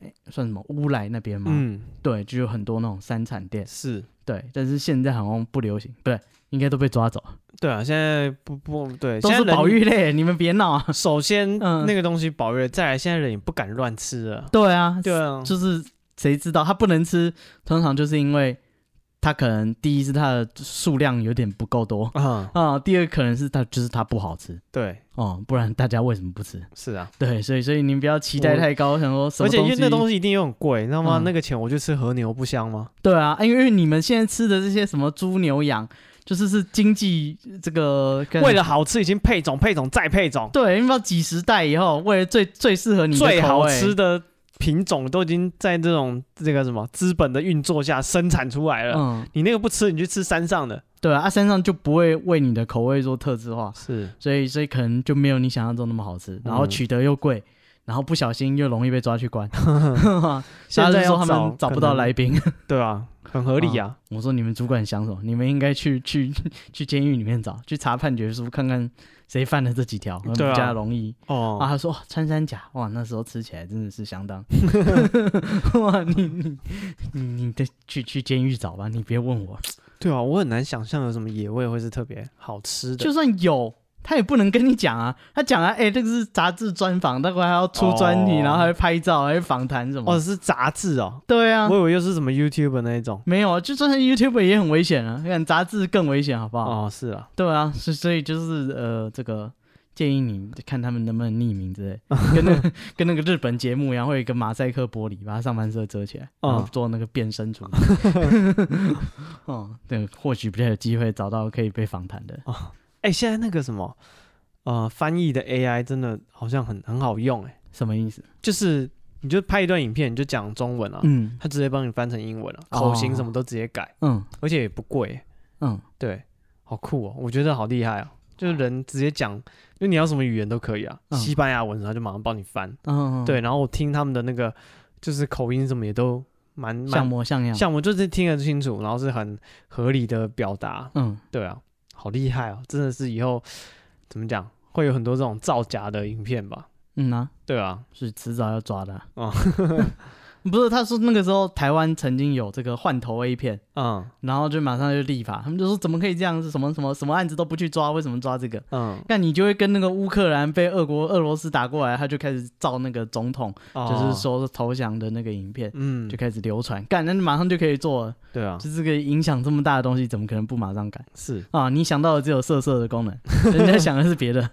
哎算什么乌来那边嘛，嗯，对，就有很多那种山产店，是，对，但是现在好像不流行，不对，应该都被抓走，对啊，现在不不对，都现是在人保。育类，你们别闹啊。首先，嗯那个东西保育了，再来，现在人也不敢乱吃了。对啊，对啊，就是谁知道他不能吃，通常就是因为他可能第一是它的数量有点不够多，啊、啊、第二个可能是它就是它不好吃对，哦、不然大家为什么不吃？ 是啊，对，所以所以您不要期待我太高，想说什而么且因为那东西西一定又很贵，你知道吗？嗯那个钱我就吃和牛不香吗？对啊，因为因为你们现在吃的这些什么猪牛羊，就是是经济这个跟为了好吃，已经配种、配种再配种，对，因为几十代以后，为了最最适合你的最口好味吃，的品种都已经在这种这个什么资本的运作下生产出来了。嗯，你那个不吃，你去吃山上的，对啊，啊山上就不会为你的口味做特制化，是所以所以可能就没有你想象中那么好吃，然后嗯取得又贵。然后不小心又容易被抓去关， 现在大家就说要他们找不可到能来宾， 对啊，很合理啊。我说你们主管想什么？你们应该去去去监狱里面找，去查判决书，看看谁犯了这几条，对啊比较容易。哦，啊，他说哇穿山甲，哇，那时候吃起来真的是 相当，哇，你你你你得去去监狱找吧，你别问我，对啊，我很难想象有什么野味会是特别好吃的。就算有。他也不能跟你讲啊，他 讲啊，哎、这个是杂志专访，待会还要出专题，哦然后还会拍照，还会访谈什么。哦，是杂志哦，对啊我，以为又是什么 YouTube 那一种。没有啊，就算是 YouTube 也很危险啊，看杂志更危险，好不好？哦，是啊，对啊，所所以就是呃，这个建议你看他们能不能匿名之类，跟那个 跟那个日本节目一样，会有一个马赛克玻璃把它上半身遮起来，然后嗯做那个变 身处理。哦，对，或许比较有机会找到可以被访谈的。哎、现在那个什么，呃，翻译的 AI 真的好像很很好用、哎，什么意思？就是你就拍一段影片，你就讲中文啊，嗯它直接帮你翻成英文啊，哦口型什么都直接改，嗯而且也不贵、哎嗯，对，好酷哦，我觉得好厉害哦，就是人直接讲，就你要什么语言都可以啊，嗯西班牙文它就马上帮你翻，嗯，对，，然后我听他们的那个就是口音什么也都蛮蛮像模像样。像我就是听得清楚，然后是很合理的表达，嗯，对啊，好厉害哦，真的是以后怎么讲，会有很多这种造假的影片吧？嗯啊，对啊，是迟早要抓的、啊。哦 不是，他说那个时候台湾曾经有这个换头 A 片，嗯然后就马上就立法，他们就说怎么可以这样？是什么什么什么案子都不去抓，为什么抓这个？嗯，那你就会跟那个乌克兰被俄国俄罗斯打过来，他就开始造那个总统，就是哦，说投降的那个影片。嗯就，开始流传，干，那马上就可以做了。对啊，就这个影响这么大的东西，怎么可能不马上改是，啊？你想到的只有色色的功 能，人家想的是别的。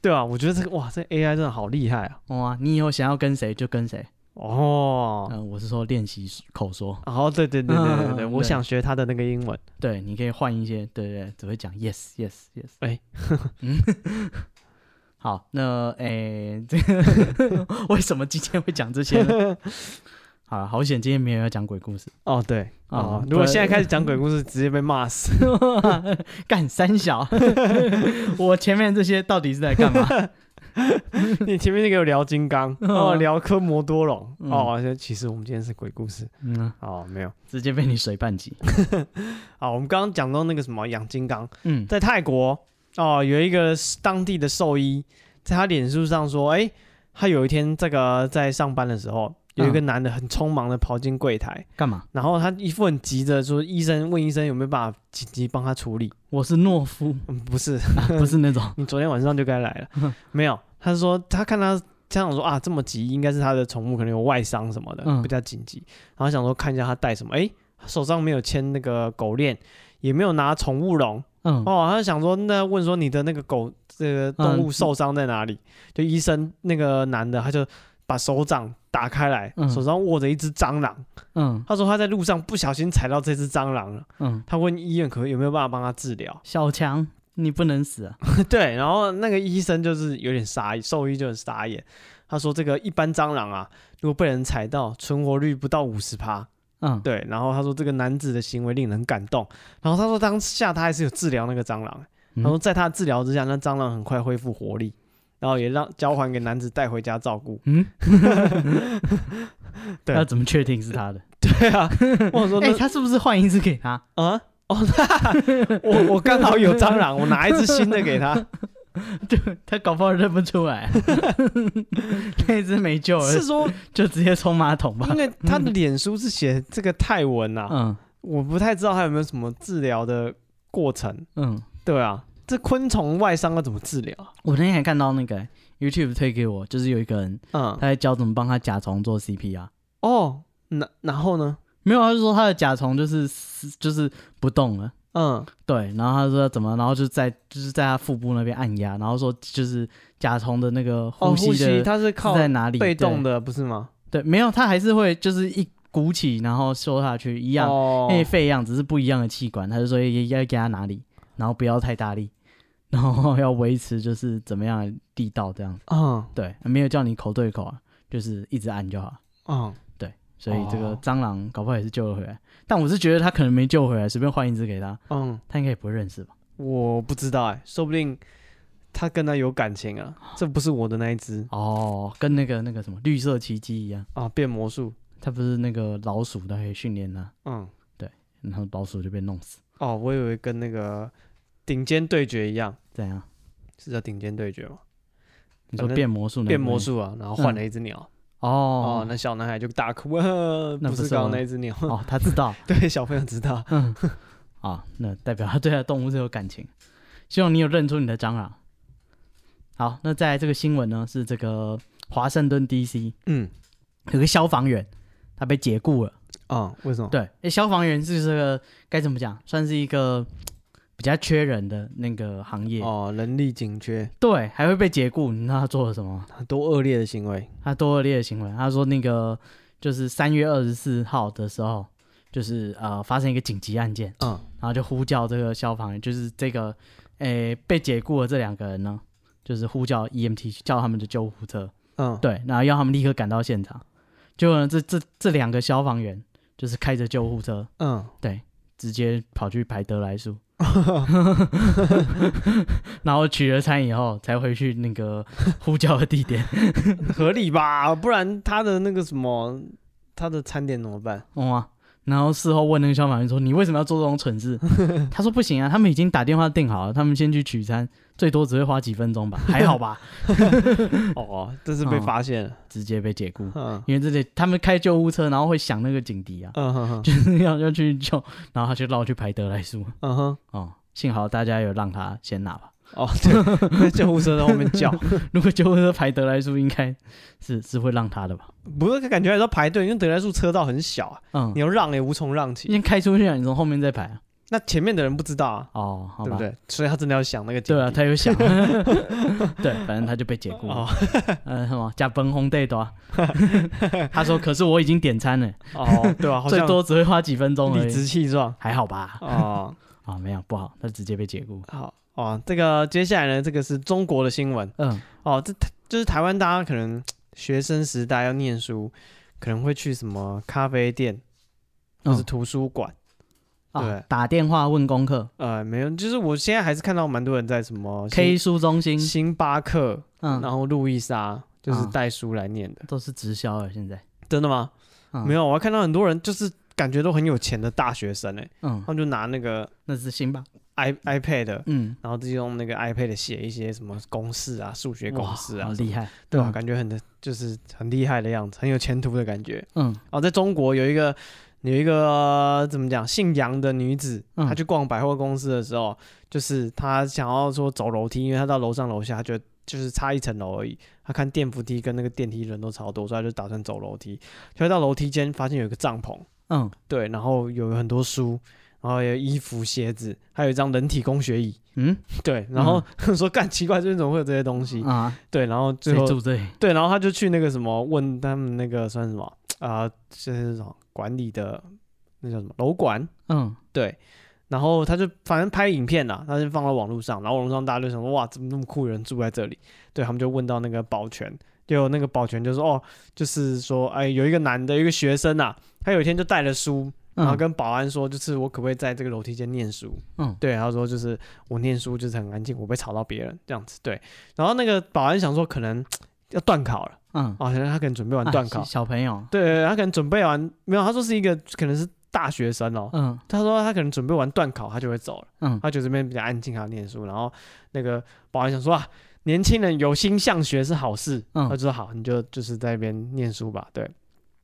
对啊，我觉得这个哇，这 AI 真的好厉害啊！哇、你以后想要跟谁就跟谁。哦嗯、，我是说练习口说，哦，对对对对对 对，嗯我对想学他的那个英文。对，你可以换一些，对对对，只会讲 yes yes yes。哎嗯， 好，那诶，这个 为什么今天会讲这些呢？好了，好险，今天没有要讲鬼故事。 哦，对哦哦，如果对现在开始讲鬼故事，直接被骂死。 干三小， 我前面这些到底是在干嘛？你前面那个有聊金刚，哦，嗯聊科摩多龙，嗯哦，其实我们今天是鬼故事。嗯啊，哦，没有。直接被你水半级。啊，我们刚刚讲到那个什么养金刚，嗯，在泰国哦，有一个当地的兽医，在他脸书上说，哎、他有一天这个在上班的时候，有一个男的很匆忙的跑进柜台，干嘛？然后他一副很急着说，医生问医生有没有办法紧急帮他处理。我是懦夫，嗯，不是， 啊不是那种你昨天晚上就该来了，没有。他说他看他家长说啊这么急，应该是他的宠物可能有外伤什么的，嗯比较紧急。然后想说看一下他带什么，哎、手上没有牵那个狗链，也没有拿宠物笼。嗯哦，他想说，那问说你的那个狗，这个动物受伤在哪里？就医生那个男的，他就把手掌打开来，嗯手上握着一只蟑螂。嗯他说他在路上不小心踩到这只蟑螂了，嗯，他问医院可有没有办法帮他治 疗。小强，你不能死啊！对，然后那个医生就是有点傻眼，兽医就很傻眼。他说这个一般蟑螂啊，如果被人踩到，存活率不到五十趴。嗯，对，然后他说这个男子的行为令人感动。然后他说当下他还是有治疗那个蟑螂，嗯他说在他的治疗之下，那蟑螂很快恢复活力，然后也让交还给男子带回家照顾。 嗯，对要怎么确定是他的？对啊，我想说 哎、那、他是不是换一只给他？啊。哦，我我刚好有蟑螂，我拿一只新的给他，他搞不好认不出来， 那一只没救了是，说就直接冲马桶吧因。为他的脸书是写这个泰文啊，嗯我不太知道他有没有什么治疗的过程。嗯，对啊，这昆虫外伤要怎么治疗啊？我那天还看到那个 YouTube 推给我，就是有一个人嗯他，在教怎么帮他甲虫做 CPR。哦，然然后呢？没有，他就说他的甲虫就是死就是不动了。嗯，对，然后他说怎么，然后就在就是在他腹部那边按压，然后说就是甲虫的那个哦，吸呼吸的、它是靠是在哪里？被动的的，不是吗？对，没有，他还是会就是一鼓起，然后收下去一一样，哎哦因为肺一样，只是不一样的气管。他就说要要给他哪里，然后不要太大力，然后要维持就是怎么样的力道这样。嗯对，没有叫你口对口啊，就是一直按就好。嗯，所以这个哦蟑螂搞不好也是救了回来，但我是觉得他可能没救回来，随便换一只给他，嗯，他应该也不会认识吧？我不知道哎、说不定他跟他有感情啊。这不是我的那一只哦，跟那个那个什么绿色奇迹一样。啊，变魔术。他不是那个老鼠，他可以训练它，嗯，然后老鼠就被弄死，哦，我以为跟那个顶尖对决一样，这样？是叫顶尖对决吗？你反正说呃变魔术？变魔？术啊，然后换了一只鸟。哦哦，那小男孩就大哭， 呃那不不是是刚刚我那一只鸟。 哦，他知道对，小朋友知道。啊，那代表他对他动物是有感情。希望你有认出你的蟑螂。好，那在这个新闻呢，是这个华盛顿 D.C. 嗯，有个消防员，他被解雇了。啊、为什么？对，诶消防员是这个该怎么讲，算是一个比较缺人的那个行业。哦，人力紧缺，对，还会被解雇，你知道他做了什么吗？很多恶劣的行为。他多恶劣的行为。他说那个就是三月二十四号的时候，就是呃发生一个紧急案件，嗯然后就呼叫这个消防员，就是这个诶、被解雇的这两个人呢，就是呼叫 EMT 叫他们的救护车，嗯，对，然后要他们立刻赶到现场。结果呢，这这这两个消防员就是开着救护车，嗯，直接跑去排德莱树， 然后取了餐以后才回去那个呼叫的地点。 合理吧？不然他的那个什么，他的餐点怎么办？哇、然后事后问那个消防员说：“你为什么要做这种蠢事？” 他说：“不行啊，他们已经打电话订好了，他们先去取餐，最多只会花几分 钟吧，还好吧。哦，这是被嗯发现了”，直接被解雇，嗯因为这里他们开救护车，然后会响那个警笛啊， 嗯哼哼就是要要去救，然后他就绕去排德莱树。嗯哼，哦，幸好大家有让他先拿吧。哦， 对，那救护车在后面 叫，如果救护车排德莱树，应该是是会让他的吧？不是感觉还是要排队，因为德莱树车道很小啊，嗯你，要让也无从让起，先开出去啊，你从后面再排啊。那前面的人不知道啊，哦，好对不吧。对？所以他真的要想那个警对啊，笛他有想， 对，反正他就被解雇了 哦。嗯，什么加崩红 day 的 啊，他说：“可是我已经点餐了，哦，对啊，好最像多只会花几分钟而理已，直气壮还好吧哦。？”啊，没有不好，他直接被解雇。好哦，这个接下来呢，这个是中国的新闻嗯，哦，这就是台湾大家可能学生时代要念书，可能会去什么咖啡店或是嗯图书馆，啊对，打电话问功课呃，没有，就是我现在还是看到蛮多人在什么，K 星书中心，星巴克，嗯，然后路易莎，就是嗯带书来念的，都是直销了，现在嗯真的吗？没有，有，我还看到很多人就是感觉都很有钱的大学生哎、嗯他，们就拿那个那是星巴， i iPad。嗯，然后自己用那个 iPad 写一些什么公式啊、数学公哇式啊好，厉害，对吧？嗯感觉很就是很厉害的样子，很有前途的感觉。嗯，哦，在中国有一个有一个怎么讲，姓杨的女子，嗯她去逛百货公司的时候，就是她想要说走楼梯，因为她到楼上楼下她觉得就是差一层楼而已。她看电扶梯跟那个电梯人都超多，所以她就打算走楼梯。就到楼梯间发现有一个帐篷，嗯，对，然后有很多书，然后有衣服、鞋子，还有一张人体工学椅。嗯，对，然后、 说干奇怪，这边怎么会有这些东西？啊，对，然后嗯最嗯谁后住这里？对，然后他就去那个什么问他们那个算什么啊、呃，这是什么管理的那叫什么楼管？嗯，对，然后他就反正拍影片啦，他就放到网络上，然后网络上大家就想说哇，怎么那么酷，有人住在这里？对他们就问到那个保全，就那个保全就说哦，就是说哎，有一个男的，有一个学生啊，他有一天就带了书，然后嗯，跟保安说，就是我可不可以在这个楼梯间念书？嗯对，他说就是我念书就是很安静，我不会吵到别人这样子。对，然后那个保安想说可能要断考了，嗯，哦，可能他可能准备完啊断考，小朋友，对对，对他可能准备完没有，他说是一个可能是大学生哦，嗯他说他可能准备完断考，他就会走了，嗯，他觉得这边比较安静，他要念书。然后那个保安想说啊，年轻人有心向学是好事，嗯哦他就说好，你就就是在那边念书吧，对。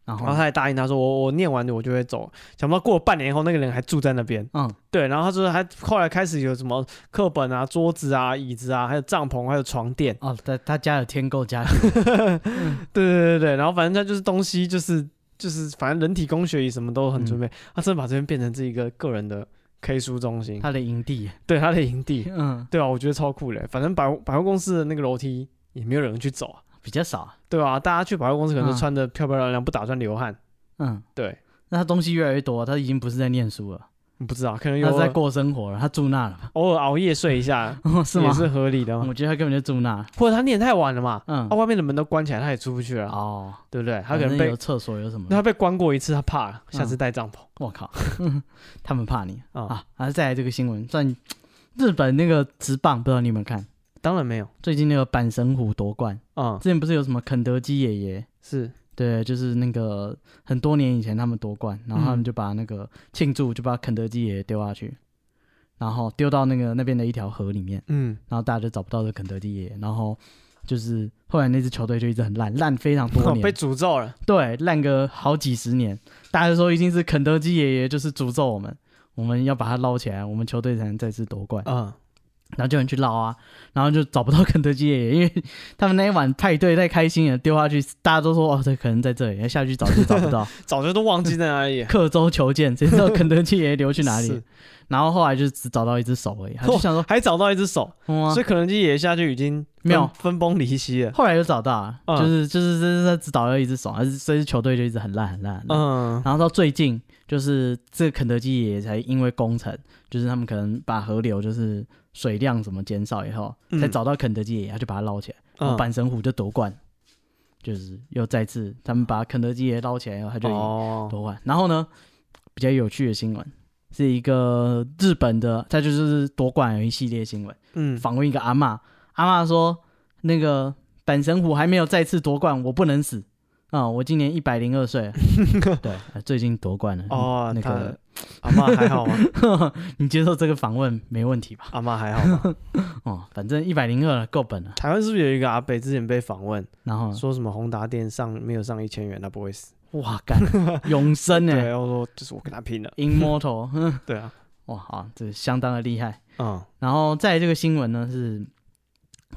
然然后后，他也答应他说我我念完我就会走，想不到过了半年后那个人还住在那边，嗯对，然后他说还后来开始有什么课本啊、桌子啊、椅子啊，还有帐篷，还有床垫，哦，他他家有添 购家具，对对对对，然后反正他就是东西就是就是反正人体工学椅什么都很嗯准备，他真的把这边变成是一个个人的 K 书中心，他的 营地，对他的营地，嗯，对啊，我觉得超酷的，反正百货百货公司的那个楼梯也没有人去走啊，比较少，对吧、大家去百货公司可能嗯都穿的漂漂亮亮，不打算流汗，嗯，对，那他东西越来越多，他已经不是在念书了，不知道可能他有是在过生活了，他住那了吧？偶尔熬夜睡一下。哦， 是吗也？是合理的嘛，我觉得他根本就住那，或者他念太晚了嘛，啊嗯他、，外面的门都关起来，他也出不去了啊，哦，对不对？哦他反可能正被有嗯厕所有什么的？他被关过一次，他怕了，下次带帐篷我靠， 他们怕你啊、啊！啊，再来这个新闻，算日本那个职棒，不知道你有没有看？当然没有，最近那个阪神虎夺冠，嗯，之前不是有什么肯德基爷爷？是，对，就是那个很多年以前他们夺冠，然后他嗯们就把那个庆祝就把肯德基爷爷丢下去，然后丢到那个那边的一条河里面，嗯，然后大家就找不到这肯德基爷爷，然后就是后来那支球队就一直很烂，烂非常多 被年，诅咒了，对，烂个好几十年，大家就说一定是肯德基爷爷就是诅咒我们，我们要把他捞起来，我们球队才能再次夺冠。嗯，然后就有人去捞啊，然后就找不到肯德基爷爷，因为他们那一晚派对太开心了，丢下去，大家都说哦，这可能在这里，下去找就找 不到。早就都忘记在哪里了刻舟求剑，谁知道肯德基爷爷 流去哪 里是？然后后来就只找到一只手而已，他就想说，还找到一只手，哇、所以可能就也下去已经分没有分崩离析了，后来又找到啊，嗯就是就是就是他只找到一只手，而是这支球队就一直很烂很烂。很烂嗯，然后到最近，就是这个肯德基爷爷才因为工程，就是他们可能把河流就是水量什么减少以后，嗯才找到肯德基爷爷，他就把它捞起来。然后嗯阪神虎就夺冠，就是又再次他们把肯德基也捞起来以后，他就赢哦，夺冠。然后呢，比较有趣的新闻是一个日本的，他就是夺冠有一系列新闻，嗯，访问一个阿嬷，阿嬷说那个阪神虎还没有再次夺冠，我不能死。啊，我今年一百零二 岁了，对，啊最近夺冠了。嗯哦，那他个阿妈还好 吗？你接受这个访问没问题吧？阿妈还好吗？哦，反正一百零二够本了。台湾是不是有一个阿北之前被访问，然后，说什么宏达电上没有上一千元，他不会死？哇， 干，永生欸呢对，啊我说就是我跟他拼 了。 ，immortal，哼对啊， 哇，好，这相当的厉害。嗯然后在这个新闻呢是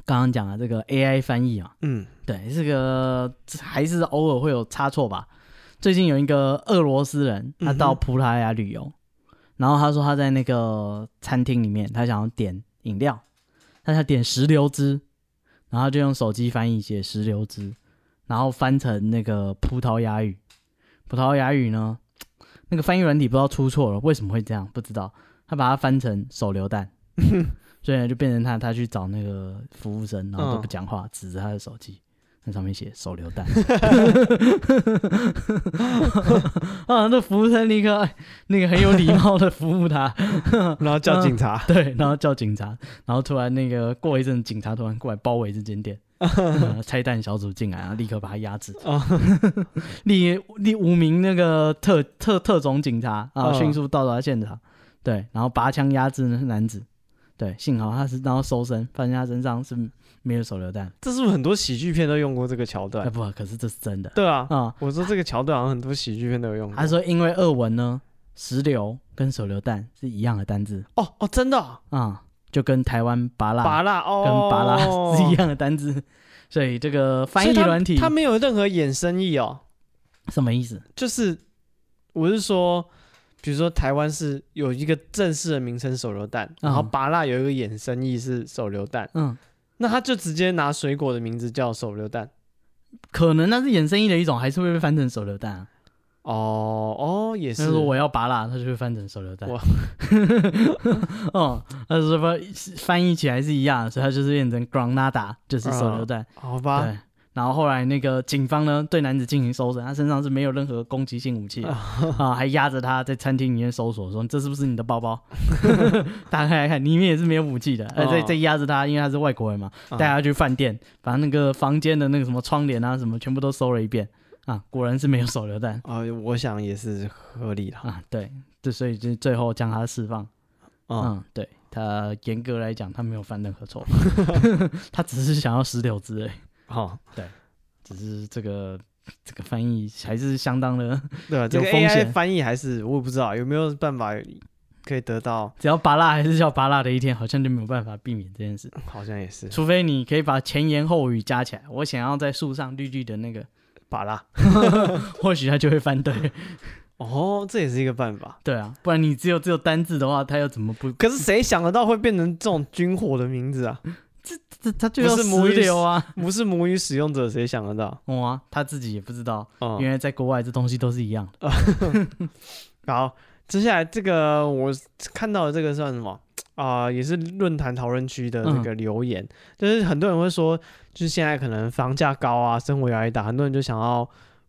刚刚讲的这个 AI 翻译啊，嗯，对，这个还是偶尔会有差错吧。最近有一个俄罗斯人，他到嗯哼葡萄牙旅游，然后他说他在那个餐厅里面，他想要点饮料，他想点石榴汁，然后他就用手机翻译写石榴汁，然后翻成那个葡萄牙语。葡萄牙语呢，那个翻译软体不知道出错了，为什么会这样？不知道，他把它翻成手榴弹，所以呢就变成他他去找那个服务生，然后都不嗯讲话，指着他的手机。那上面写手榴弹， 啊，那服务生立刻哎那个很有礼貌的服务他，嗯然后叫警 察，对，然后叫警察，然后突然那个过一阵，警察突然过来包围这 间店，呃拆弹小组进来，然后立刻把他压制哦。立立五名那个特特特种警察啊，嗯迅速到达现场，对，然后拔枪压制那男子，对，幸好他是然后搜身，发现他身上是没有手榴弹，这是不是很多喜剧片都用过这个桥哎段？不，可是这是真的对啊，啊。我说这个桥段好像很多喜剧片都有用过。他说因为俄文呢，石榴跟手榴弹是一样的单字哦哦，真的哦啊，就跟台湾拔蜡拔蜡哦，跟巴拉是 一样的单字，所以这个翻所译以它软体它没有任何衍生意哦。什么意思？就是我是说，比如说台湾是有一个正式的名称手榴弹，然后嗯拔蜡有一个衍生意是手榴弹，嗯，那他就直接拿水果的名字叫手榴弹。可能那是衍生意的一种，还是会被翻成手榴弹啊。哦哦，也他是说我要拔蜡，他就会翻成手榴弹哇。 哦，他说翻翻译起来是一样的，所以他就是变成 granada，就是啊手榴弹。好吧，对。然后后来那个警方呢对男子进行搜身，他身上是没有任何攻击性武器的啊，还压着他在餐厅里面搜索，说这是不是你的包包？ 打开来看，里面也是没有武器的，呃，在哦在压着他，因为他是外国人嘛，嗯带他去饭店，把那个房间的那个什么窗帘啊什么全部都搜了一遍啊，果然是没有手榴弹啊、我想也是合理啦。啊，对，这所以就最后将他释放。嗯，嗯，对他严格来讲，他没有犯任何错， 他只是想要石榴汁而已。好、只是这个 这个翻译还是相当的， 对啊，这个有风 AI 险翻译还是我也不知道有没有办法可以得到，只要拔蜡还是叫拔蜡的一天，好像就没有办法避免这件事，好像也是除非你可以把前言后语加起来。我想要在树上绿绿的那个， 拔蜡。或许他就会翻对。 哦，这也是一个办法。对啊，不然你只有只有单字的话，他又怎么不？可是谁想得到会变成这种军火的名字啊？这他就不要是母语石榴啊！ 不是母语使用者谁想得到？哇、他自己也不知道，嗯，原来在国外这东西都是一样的。好，接下来这个我看到的这个算什么啊、也是论坛讨论区的这个留言，就是很多人会说，就是现在可能房价高啊，生活压力大，很多人就想要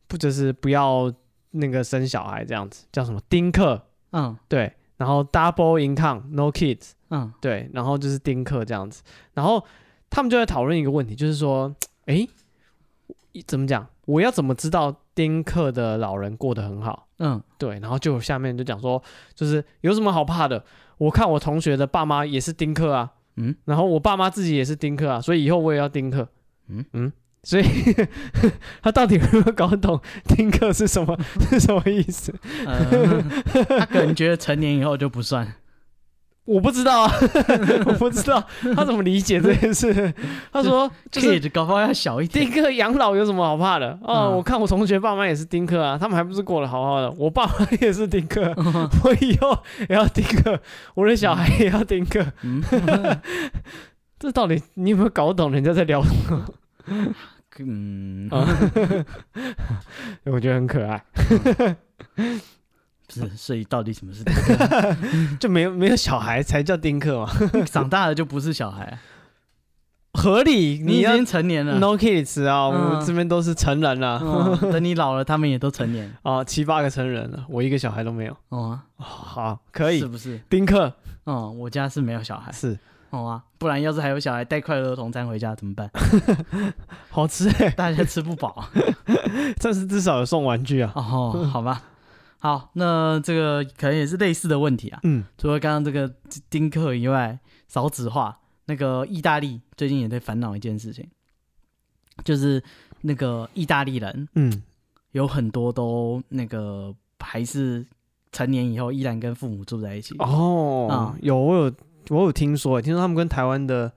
不就是不要那个生小孩这样子，叫什么丁克嗯对，然后 double income no kids 嗯对，然后就是丁克这样子，然后他们就在讨论一个问题，就是说，诶，怎么讲？我要怎么知道丁克的老人过得很好？嗯，对，然后就有下面就讲说，就是有什么好怕的？我看我同学的爸妈也是丁克啊，嗯，然后我爸妈自己也是丁克啊，所以以后我也要丁克，嗯嗯，所以 他到底有没有搞懂丁克是什么是什么意思？ 呃，他可能觉得成年以后就不算。我不知道啊， 我不知道他怎么理解这件事。他说就是 kid 搞不好要小一 点。丁克养老有什么好怕的？哦，嗯我看我同学爸妈也是丁克啊，他们还不是过得好好的？我爸妈也是丁克，啊 我以后也要丁克，我的小孩也要丁克。嗯， 这到底你有没有搞懂人家在聊什么？嗯，啊 我觉得很可爱，不是，所以到底什么是就没有没有小孩才叫丁克嘛，长大了就不是 小孩？合理。你你已要经成年了， no kids 啊，我嗯们这边都是成人了、 嗯等你老了，他们也都成年了。 哦，七八个成人了，我一个小孩都没有。哦，哦好，可是以，不是？丁克哦，我家是没有小孩，是好啊，不然要是还有小孩带快乐儿童餐回家怎么办？ 好吃哎、大家吃不饱 但是至少有送玩具啊。哦，好吧。好，那这个可能也是类似的问题啊。嗯，除了刚刚这个丁克以外，少子化，那个意大利最近也在烦恼一件事情，就是那个意大利人嗯，有很多都那个还是成年以后依然跟父母住在一起。哦，嗯有我有我有听说欸，听说他们跟台湾的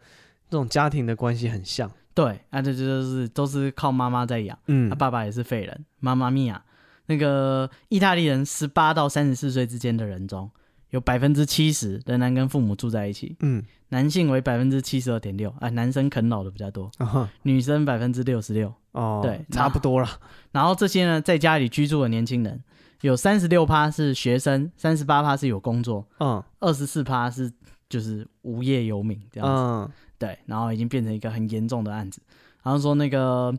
这种家庭的关系很像。对，啊，这就是都是靠妈妈在养。嗯啊他、，爸爸也是废人，妈妈咪呀！那个意大利人十八到三十四岁之间的人中，有百分之七十仍然跟父母住在一起，嗯，男性为百分之七十二点六，哎，男生啃老的比较多，啊哈女生百分之六十六。哦，对差不多啦。然后这些呢，在家里居住的年轻人，有三十六趴是学生，三十八趴是有工作，嗯二十四趴是就是无业游民这样子。嗯，对，然后已经变成一个很严重的案子。然后说那个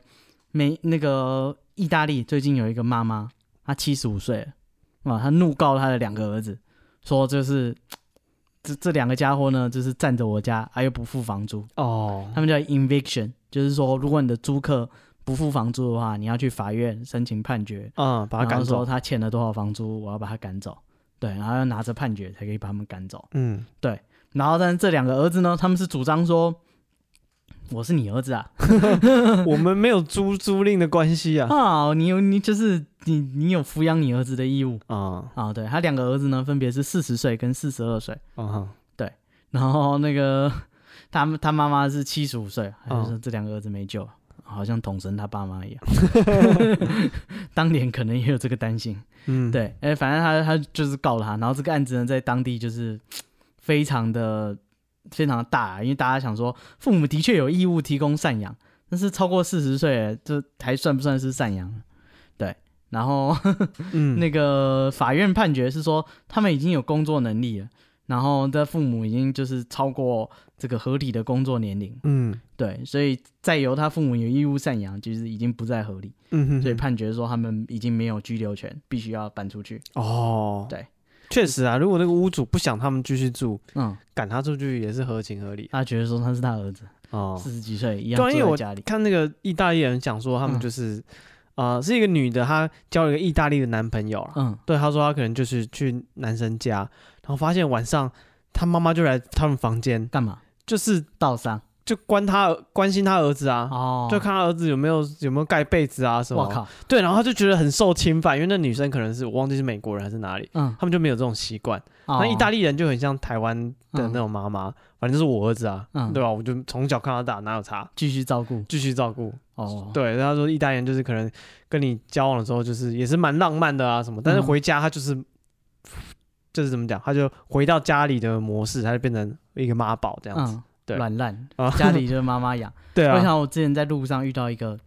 美那个意大利最近有一个妈妈，她七十五岁了，啊，她怒告她的两个儿子，说就是这这两个家伙呢，就是占着我家，啊又不付房租，哦他，们叫 eviction，就是说如果你的租客不付房租的话，你要去法院申请判决，嗯，把他然赶后说走。他欠了多少房租，我要把他赶走，对，然后要拿着判决才可以把他们赶走。嗯，然后，但是这两个儿子呢，他们是主张说，我是你儿子啊，我们没有租租赁的关系啊。啊，你有你就是你你有抚养你儿子的义务啊啊。对他两个儿子呢，分别是四十岁跟四十二岁，啊哈，然后那个他们他妈妈是七十五岁，他就嗯说这两个儿子没救了，好像统神他爸妈一样， 当年可能也有这个担心。嗯，，对，哎，反正他他就是告了他，然后这个案子呢，在当地就是非常的非常的大，因为大家想说，父母的确有义务提供赡养，但是超过四十岁，这还算不算是赡养呢？对，然后嗯， 那个法院判决是说，他们已经有工作能力了，然后的父母已经就是超过这个合理的工作年龄，嗯对，所以再由他父母有义务赡养，就是已经不再合理，嗯哼，所以判决说他们已经没有居留权，必须要搬出去。哦，对，确实啊，如果那个屋主不想他们继续住，嗯。赶他出去也是合情合理啊他觉得说他是他儿子，哦。四十几岁一样对啊因为住我在家里。看那个意大利人讲说，他们嗯就是啊、呃是一个女的，她交了一个意大利的男朋友啊。嗯，对，她说她可能就是去男生家，然后发现晚上她妈妈就来他们房间，干嘛？就是倒伤就关她关心她儿子啊。哦，就看她儿子有没有有没有盖被子啊什么，我！靠，对，然后她就觉得很受侵犯，因为那女生可能是我忘记是美国人还是哪里，嗯，哦他们就没有这种习惯。那意大利利人就很像台湾的那种妈妈，反正就是我儿子啊，嗯对吧？我就从小看到大，哪有差？继续照顾继续照顾。哦，对，然后他说意大利人就是可能跟你交往的时候，就是也是蛮浪漫的啊什么，但是嗯回家他就是、就是怎么讲，他就回到家里的模式，他就变成一个妈宝这样子。嗯，对软 烂啊，家里就是妈妈养。对我啊，想我之前在路上遇到一个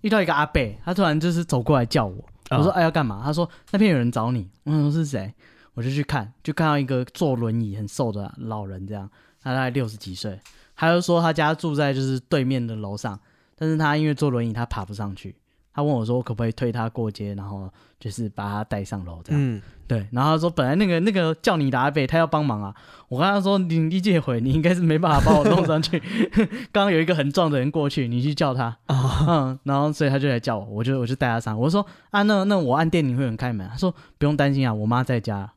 遇到一个阿伯，他突然就是走过来叫我，我说啊哎要干嘛？他说那边有人找你，我想说是谁？我就去看，就看到一个坐轮椅很瘦的老人，这样，他大概六十几岁，他就说他家住在就是对面的楼上，但是他因为坐轮椅他爬不上去，他问我说我可不可以推他过街，然后就是把他带上楼这样，嗯，对，然后他说本来那个那个叫你的阿贝他要帮忙啊，我跟他说你你这回你应该是没办法把我弄上去， 刚刚有一个很壮的人过去，你去叫他，哦嗯，然后所以他就来叫我，我就我就带他上，我说啊那那我按电铃会有人开门，他说不用担心啊，我妈在家，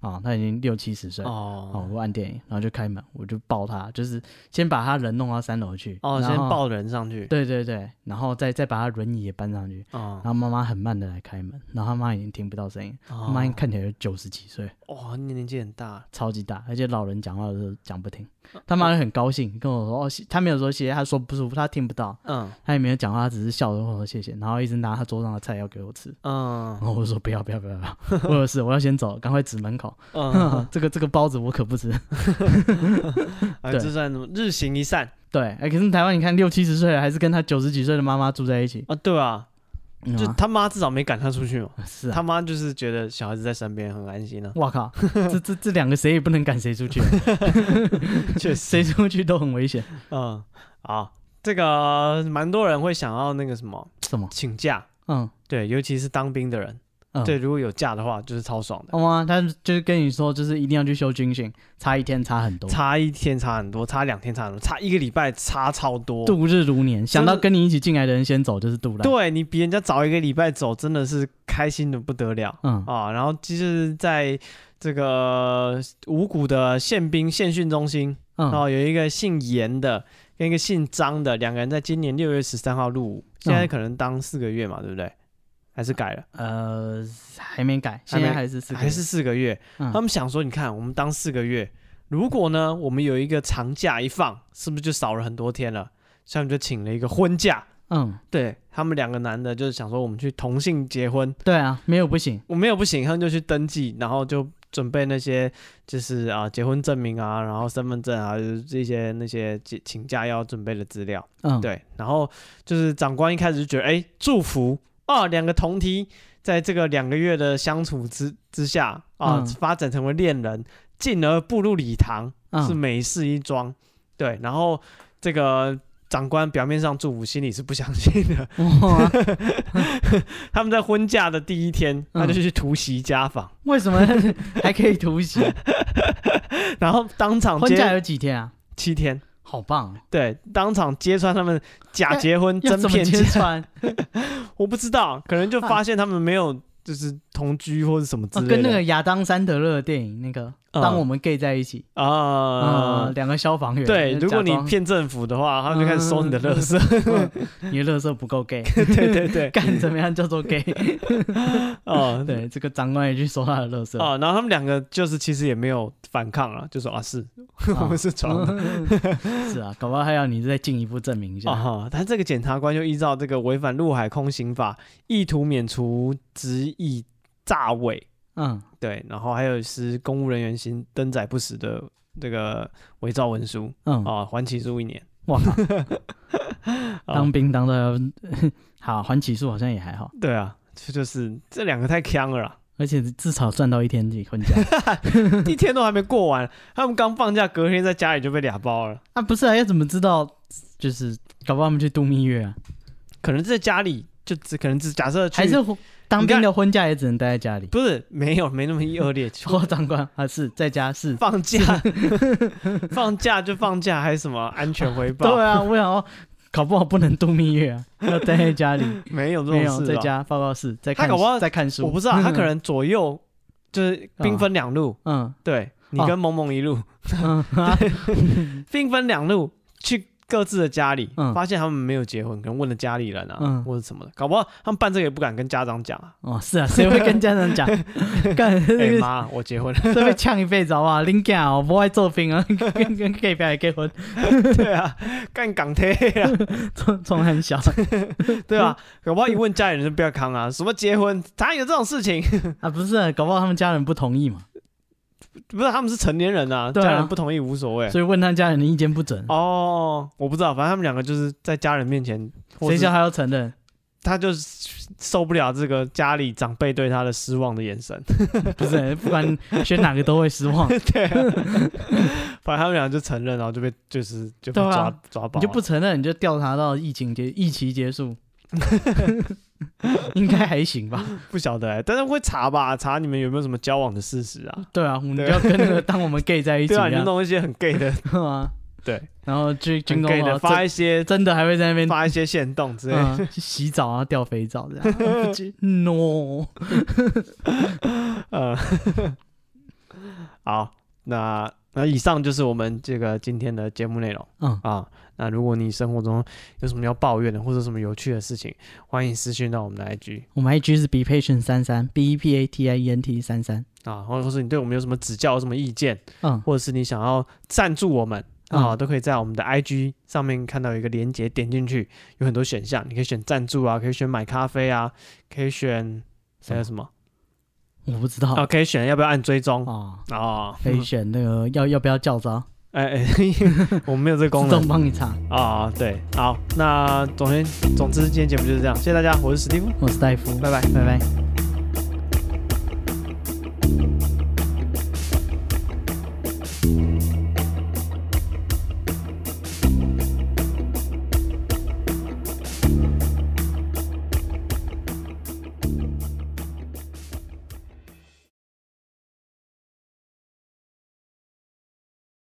啊，她已经六七十岁，哦哦，我按电铃，然后就开门，我就抱他，就是先把他人弄到三楼去，哦，然先后，抱人上去。对对对，然后再再把他轮椅也搬上去，哦然，后妈妈很慢的来开门，然后他妈已经听不到声音，他哦妈看起来有九十几岁。哇，你年纪很大，超级大，而且老人讲话的时候讲不停，他妈很高兴跟我说，哦，谢他没有说谢谢，他说不舒服，他听不到，嗯他也没有讲话，他只是笑着跟我说谢谢，然后一直拿他桌上的菜要给我吃，嗯然后我就说不要不要不要不要， 我有事，我要先走，赶快指门口， 嗯， 这个这个包子我可不吃。哎，对这算什么？日行一善对，哎、可是台湾你看六七十岁了，还是跟他九十几岁的妈妈住在一起，啊，对啊，嗯就啊他妈至少没赶他出去嘛。是啊，他。妈就是觉得小孩子在身边很安心啊哇靠，这这这两个谁也不能赶谁出去，啊 确实， 谁出去都很危险。嗯，好，这个蛮多人会想要那个什么什么？请假，嗯，对，尤其是当兵的人，嗯对，如果有假的话，就是超爽的，好哦吗？他就是跟你说，就是一定要去修军训，差一天差很多，差一天差很多，差两天差很多，差一个礼拜差超多。度日如年。想到跟你一起进来的人先走，就是杜烂。，对啊你比人家早一个礼拜走，真的是开心的不得了。嗯，啊，然后就是在这个五谷的宪兵宪训中心，然嗯，后有一个姓严的跟一个姓张的两个人，在今年六月十三号入伍，现在嗯可能当四个月嘛，对不对？还是改了，呃，还没改，还现没在还是四个月，还是四个月。嗯他们想说，你看我们当四个月，如果呢我们有一个长假一放，是不是就少了很多天了？所以我们就请了一个婚假。嗯，对他们两个男的，就是想说我们去同性结婚，对啊，没有不行。我没有不行，他们就去登记，然后就准备那些就是啊结婚证明啊，然后身份证啊，就是这些那些请请假要准备的资料。嗯，，对，然后就是长官一开始就觉得，哎，祝福啊，两个同梯在这个两个月的相处之之下啊，嗯发展成为恋人，进而步入礼堂，是嗯，美事一桩。对，然后这个。长官表面上祝福，心里是不相信的。 哇，他们在婚假的第一天，他就嗯去突袭家访，为什么 还可以突 袭？然后当场婚假揭有几天啊？七天，好棒哦， 对，当场揭穿他们假结婚要真怎么骗揭假，穿？哦我不知道，可能就发现他们没有就是同居或者什么 之啊哦，类的。跟那个亚当·山德勒的电影那个《当嗯我们 gay 在一起》啊、啊，两个消防员。对，如果你假装骗政府的话，他们就开始收你的垃圾。 嗯你的乐色不 够 gay，对对 对，干怎么样叫做 gay？哦、对。 对，这个长官也去收他的乐色。 哦，然后他们两个就是其实也没有反抗了，就说啊是， 我们是床嗯的 是啊，搞不好还要你再进一步证明一啊下。哈。但这个检察官就依照这个违反陆海空刑法，意图免除职役诈伪，嗯，对，然后还有是公务人员行登载不实的这个伪造文书嗯，啊，缓起诉一年。哇靠，啊当兵当的好，还起诉好像也还好，对啊，这就是这两个太坑了啦，而且至少赚到一天离婚 假一天都还没过完，他们刚放假，隔天在家里就被俩包了。啊！不是啊，要怎么知道？就是搞不好他们去度蜜月啊，可能在家里就只可能只假设去还是婚当兵的婚假也只能待在家里。不是没有没那么恶 劣，就说长官啊，是在家是。放假放假就放假，还什么安全回报？对啊， 我想要搞不好不能度蜜月啊，要待在家里。没 有这没种有事在吧家报告室，在他看搞不好在看书。我不知道，他 可能左右就是兵啊分两路，嗯对你哦跟萌萌一路。嗯 啊兵分两路去各自的家里，嗯发现他们没有结婚，可能问了家里人啊，嗯或者什么的，搞不好他们办这个也不敢跟家长讲啊。哦是啊， 谁会跟 家长讲？干这哎、个妈，我结婚了。 这被呛一辈子好不好？林家哦，不爱做兵啊， 跟跟 gay 表也结婚，对啊，干港铁 啊，从从很小对啊，搞不好一问家里人就不要扛啊，什么结婚，哪有这种事情？ 啊，不是啊，搞不好他们家人不同意嘛，不是，他们是成年人啊，对啊家人不同意无所谓。所以问他家人的意见不准，哦，我不知道，反正他们两个就是在家人面前，或谁是叫他要承认？他就是受不了这个家里长辈对他的失望的眼神。 不是，不管选哪个都会失望，对、啊，反正他们俩就承认，然后就被就是就被对啊抓、抓包你啊，就不承认，你就调查到疫情结疫期结 束，应该还行吧？不晓得、欸，但是会查吧，查你们有没有什么交往的事实啊？对啊，我们就对要跟那个当我们 gay 在一起对一啊，你就样，弄一些很 gay 的，对啊，对，然后军军很工 gay 的，啊，发真一些真的还会在那边发一些线动之类的。 嗯去洗澡啊，掉肥皂这样 不知，no，呃，好，那那以上就是我们这个今天的节目内容嗯，啊。那如果你生活中有什么要抱怨的，或者什么有趣的事情，欢迎私讯到我们的 IG 我们 IG 是 be patient 三三 b e p a t i e n t 三三，啊，或者是你对我们有什么指教、有什么意见，嗯，或者是你想要赞助我们啊，嗯都可以在我们的 IG 上面看到一个连接，点进去有很多选项，你可以选赞助啊，可以选买咖啡啊，可以选还有什么我不知道啊？啊可以选要不要按追踪哦，啊？可以选那个要要不要叫招，哎哎，我们没有这个功自能动帮你查。啊。对，好，那总之总之今天节目就是这样，谢谢大家，我是史蒂夫，我是戴夫，拜拜。拜拜。